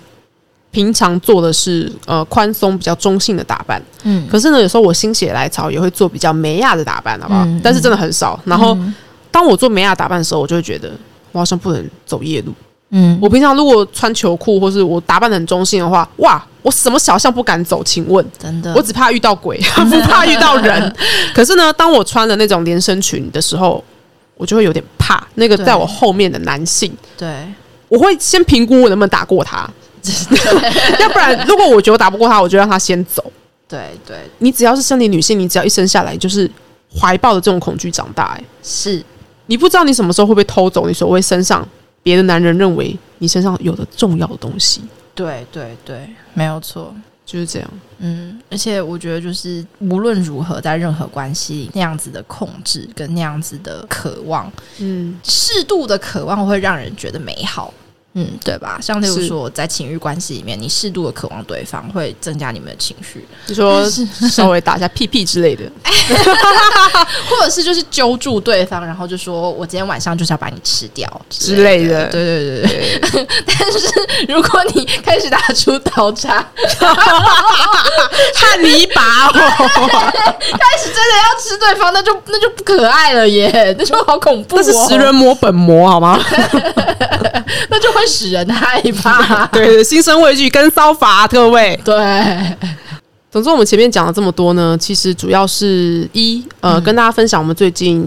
B: 平常做的是呃宽松比较中性的打扮，
A: 嗯
B: 可是呢有时候我心血来潮也会做比较美亚的打扮，好不好？
A: 嗯
B: 但是真的很少。然后
A: 嗯
B: 当我做美亚打扮的时候，我就会觉得我好像不能走夜路。
A: 嗯
B: 我平常如果穿球裤或是我打扮的很中性的话，哇，我什么小巷不敢走？请问？
A: 真的，
B: 我只怕遇到鬼， 不怕遇到人。可是呢，当我穿了那种连身裙的时候，我就会有点怕那个
A: 对
B: 在我后面的男性。
A: 对
B: 我会先评估我能不能打过他，要不然如果我觉得我打不过他，我就让他先走。
A: 对对
B: 你只要是生理女性，你只要一生下来就是怀抱着这种恐惧长大、欸，
A: 是，
B: 你不知道你什么时候会被偷走你所谓身上别的男人认为你身上有的重要的东西，
A: 对对对，没有错。
B: 就是这样。
A: 嗯，而且我觉得就是无论如何，在任何关系里，那样子的控制跟那样子的渴望，
B: 嗯，
A: 适度的渴望会让人觉得美好。嗯，对吧？像例如
B: 是
A: 说，在情欲关系里面，你适度的渴望对方，会增加你们的情绪，
B: 你说稍微打一下屁屁之类的，
A: 或者是就是揪住对方，然后就说我今天晚上就是要把你吃掉之
B: 之类的
A: 的。对对对对。 但是如果你开始打出刀叉，
B: 汉尼拔哦，
A: 开始真的要吃对方，那就那就不可爱了 耶，那就好恐怖、哦，
B: 那是食人魔本魔好吗？。
A: 那就会使人害怕
B: 对，心生畏惧跟骚法，啊各位。
A: 对，
B: 总之，我们前面讲了这么多呢，其实主要是一呃，跟大家分享我们最近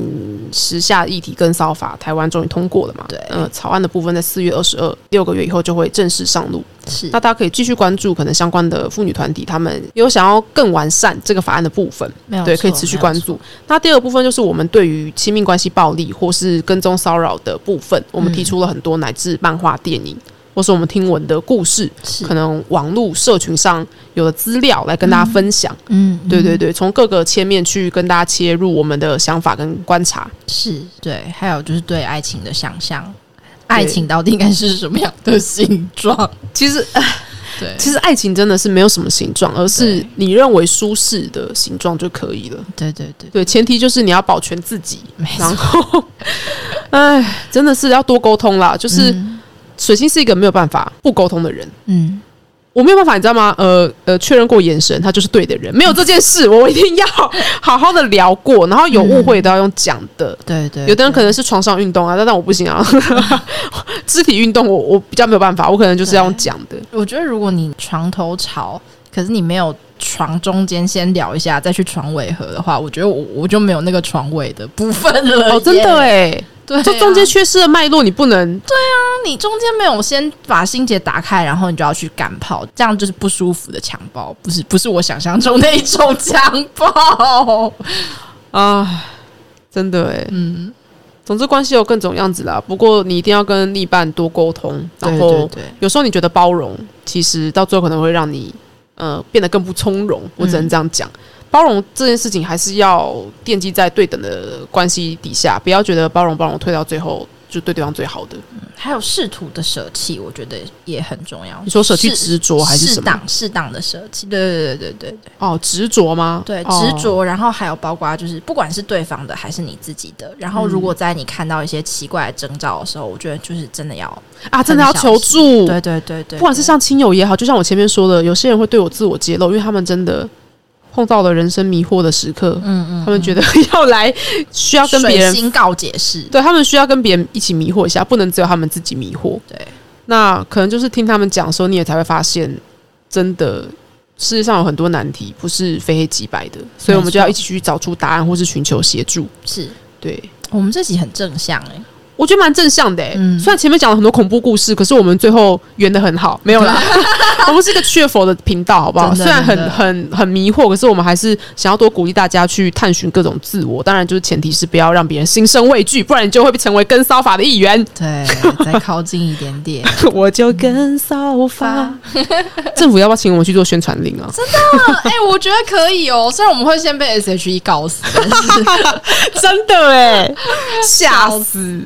B: 时下议题跟骚法，台湾终于通过了嘛？
A: 对
B: 呃，草案的部分在四月二十二，六个月以后就会正式上路。
A: 是
B: 那大家可以继续关注可能相关的妇女团体，他们有想要更完善这个法案的部分，
A: 没有
B: 对，
A: 错
B: 可以持续
A: 没有
B: 关
A: 错
B: 注。那第二个部分就是我们对于亲密关系暴力或是跟踪骚扰的部分，我们提
A: 嗯
B: 出了很多乃至漫画、电影。或是我们听闻的故事，
A: 是
B: 可能网络社群上有的资料来跟大家分享。
A: 嗯，嗯
B: 对对对，从各个切面去跟大家切入我们的想法跟观察。
A: 是对，还有就是对爱情的想象，爱情到底应该是什么样的形状？
B: 其实，呃
A: 对
B: 其实爱情真的是没有什么形状，而是
A: 对
B: 你认为舒适的形状就可以了。
A: 对对对，
B: 对，前提就是你要保全自己，
A: 没错
B: 然后， 哎，真的是要多沟通啦。就是
A: 嗯
B: 水星是一个没有办法不沟通的人，
A: 嗯，
B: 我没有办法，你知道吗？呃呃，确认过眼神，他就是对的人，没有这件事，我一定要 好好的聊过，然后有误会都要用讲的。
A: 对嗯对，
B: 有的人可
A: 对
B: 能是床上运动啊，但但我不行啊， 肢体运动我我比较没有办法，我可能就是要用讲的。
A: 我觉得如果你床头吵，可是你没有床中间先聊一下，再去床尾和的话，我觉得我我就没有那个床尾的部分了耶。
B: 哦，真的哎、
A: 嗯对啊、
B: 就中间缺失的脉络，你不能
A: 那你中间没有先把心结打开，然后你就要去赶跑，这样就是不舒服的强暴，不是不是我想象中那一种强暴。
B: 啊，真的哎、
A: 嗯，
B: 总之，关系有各种样子啦。不过，你一定要跟另一半多沟通，然
A: 对
B: 后
A: 对对，
B: 有时候你觉得包容，其实到最后可能会让你呃变得更不从容。我只能
A: 嗯
B: 这样讲，包容这件事情还是要奠基在对等的关系底下，不要觉得包容包容推到最后就对对方最好的。
A: 还有试图的舍弃，我觉得也很重要。
B: 你说舍弃
A: 适
B: 执着还是
A: 适
B: 什么？
A: 当适当的舍弃？对对对对对
B: 哦，执着吗？
A: 对，
B: 哦
A: 执。着，然后还有包括就是不管是对方的还是你自己的，然后如果在你看到一些奇怪的征兆的时候，我觉得就是真的要，
B: 啊，真的要
A: 很小
B: 求
A: 嗯
B: 助。
A: 对对对对，
B: 不管是像亲友也好，就像我前面说的，有些人会对我自我揭露，因为他们真的碰到了人生迷惑的时刻，
A: 嗯嗯，
B: 他们觉 得要来需要跟别
A: 水
B: 人，
A: 星告解释，
B: 对他们需要跟别人一起迷惑一下，不能只有他们自己迷惑。
A: 对，
B: 那可能就是听他们讲的时候，你也才会发现，真的世界上有很多难题不是非黑即白的，所以我们就要一起去找出答案，或是寻求协助。
A: 是嗯
B: 对，
A: 我们这集很正向哎、
B: 我觉得蛮正向的、欸。
A: 嗯
B: 虽然前面讲了很多恐怖故事，可是我们最后圆的很好，没有啦。 我们是一个缺佛的频道，好不好？
A: 真的
B: 虽然
A: 真
B: 很
A: 的
B: 很很迷惑，可是我们还是想要多鼓励大家去探寻各种自我。当然，就是前提是不要让别人心生畏惧，不然你就会被成为跟骚法的一员。
A: 对，再靠近一点点，
B: 我就跟骚法
A: 嗯发。
B: 政府要不要请我们去做宣传 令啊？
A: 哎、我觉得可以哦，虽然我们会先被 SHE 搞 死，但是
B: 真的 哎，吓死！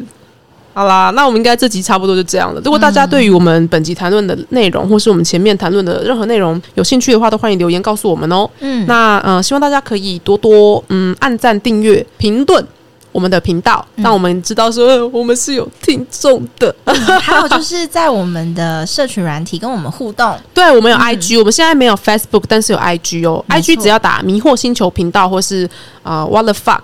B: 好啦，那我们应该这集差不多就这样
A: 嗯
B: 了。如果大家对于我们本集谈论的内容，或是我们前面谈论的任何内容有兴趣的话，都欢迎留言告诉我们哦。
A: 嗯
B: 那呃，希望大家可以多多嗯按赞、订阅、评论我们的频道，
A: 嗯
B: 让我们知道说、呃我们是有听众的。
A: 还有就是在我们的社群软体跟我们互动，
B: 对，我们有 IG，、我们现在没有 Facebook，但是有 IG 哦。
A: 没错
B: IG 只要打“迷惑星球频道”或是啊、呃 “What the fuck”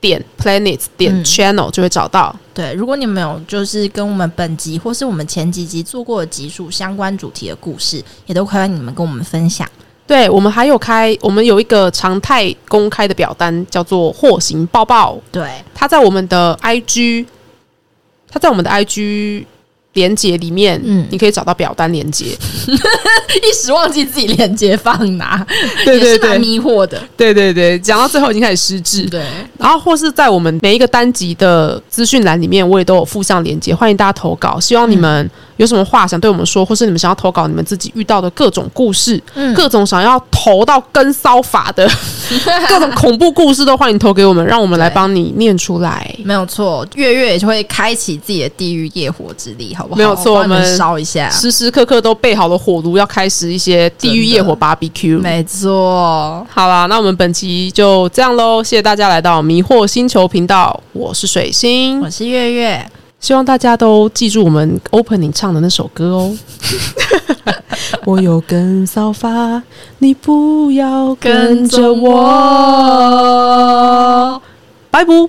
B: 点 Planet 点
A: 嗯
B: Channel 就会找到。
A: 对，如果你们有就是跟我们本集或是我们前几集做过的集数相关主题的故事，也都欢迎你们跟我们分享。
B: 对，我们还有开，我们有一个常态公开的表单，叫做“货行抱抱
A: 对”，，
B: 它在我们的 IG，它在我们的 IG 连接里面，
A: 嗯
B: 你可以找到表单连接。
A: 一时忘记自己链接放哪，
B: 对对
A: 也是蛮
B: 对，
A: 迷惑的。
B: 对对对，讲到最后已经开始失智。
A: 对，
B: 然后或是在我们每一个单集的资讯栏里面，我也都有附上连接，欢迎大家投稿。希望你们有什么话想对我们说，或是你们想要投稿你们自己遇到的各种故事，
A: 嗯
B: 各种想要投到跟骚法 的各种恐怖故事，都欢迎投给我们，让我们来
A: 对
B: 帮你念出来。
A: 没有错，月月也就会开启自己的地狱业火之力，好不好？
B: 没有
A: 帮
B: 错
A: 你
B: 我们
A: 们烧一下。
B: 时时刻刻都备好了火炉，要开始一些地狱
A: 真的
B: 业火 BBQ。
A: 没错，
B: 好啦，那我们本期就这样喽，谢谢大家来到迷惑星球频道，我是水星，
A: 我是月月，
B: 希望大家都记住我们 opening 唱的那首歌哦。 我有跟骚法，你不要跟着我，拜不。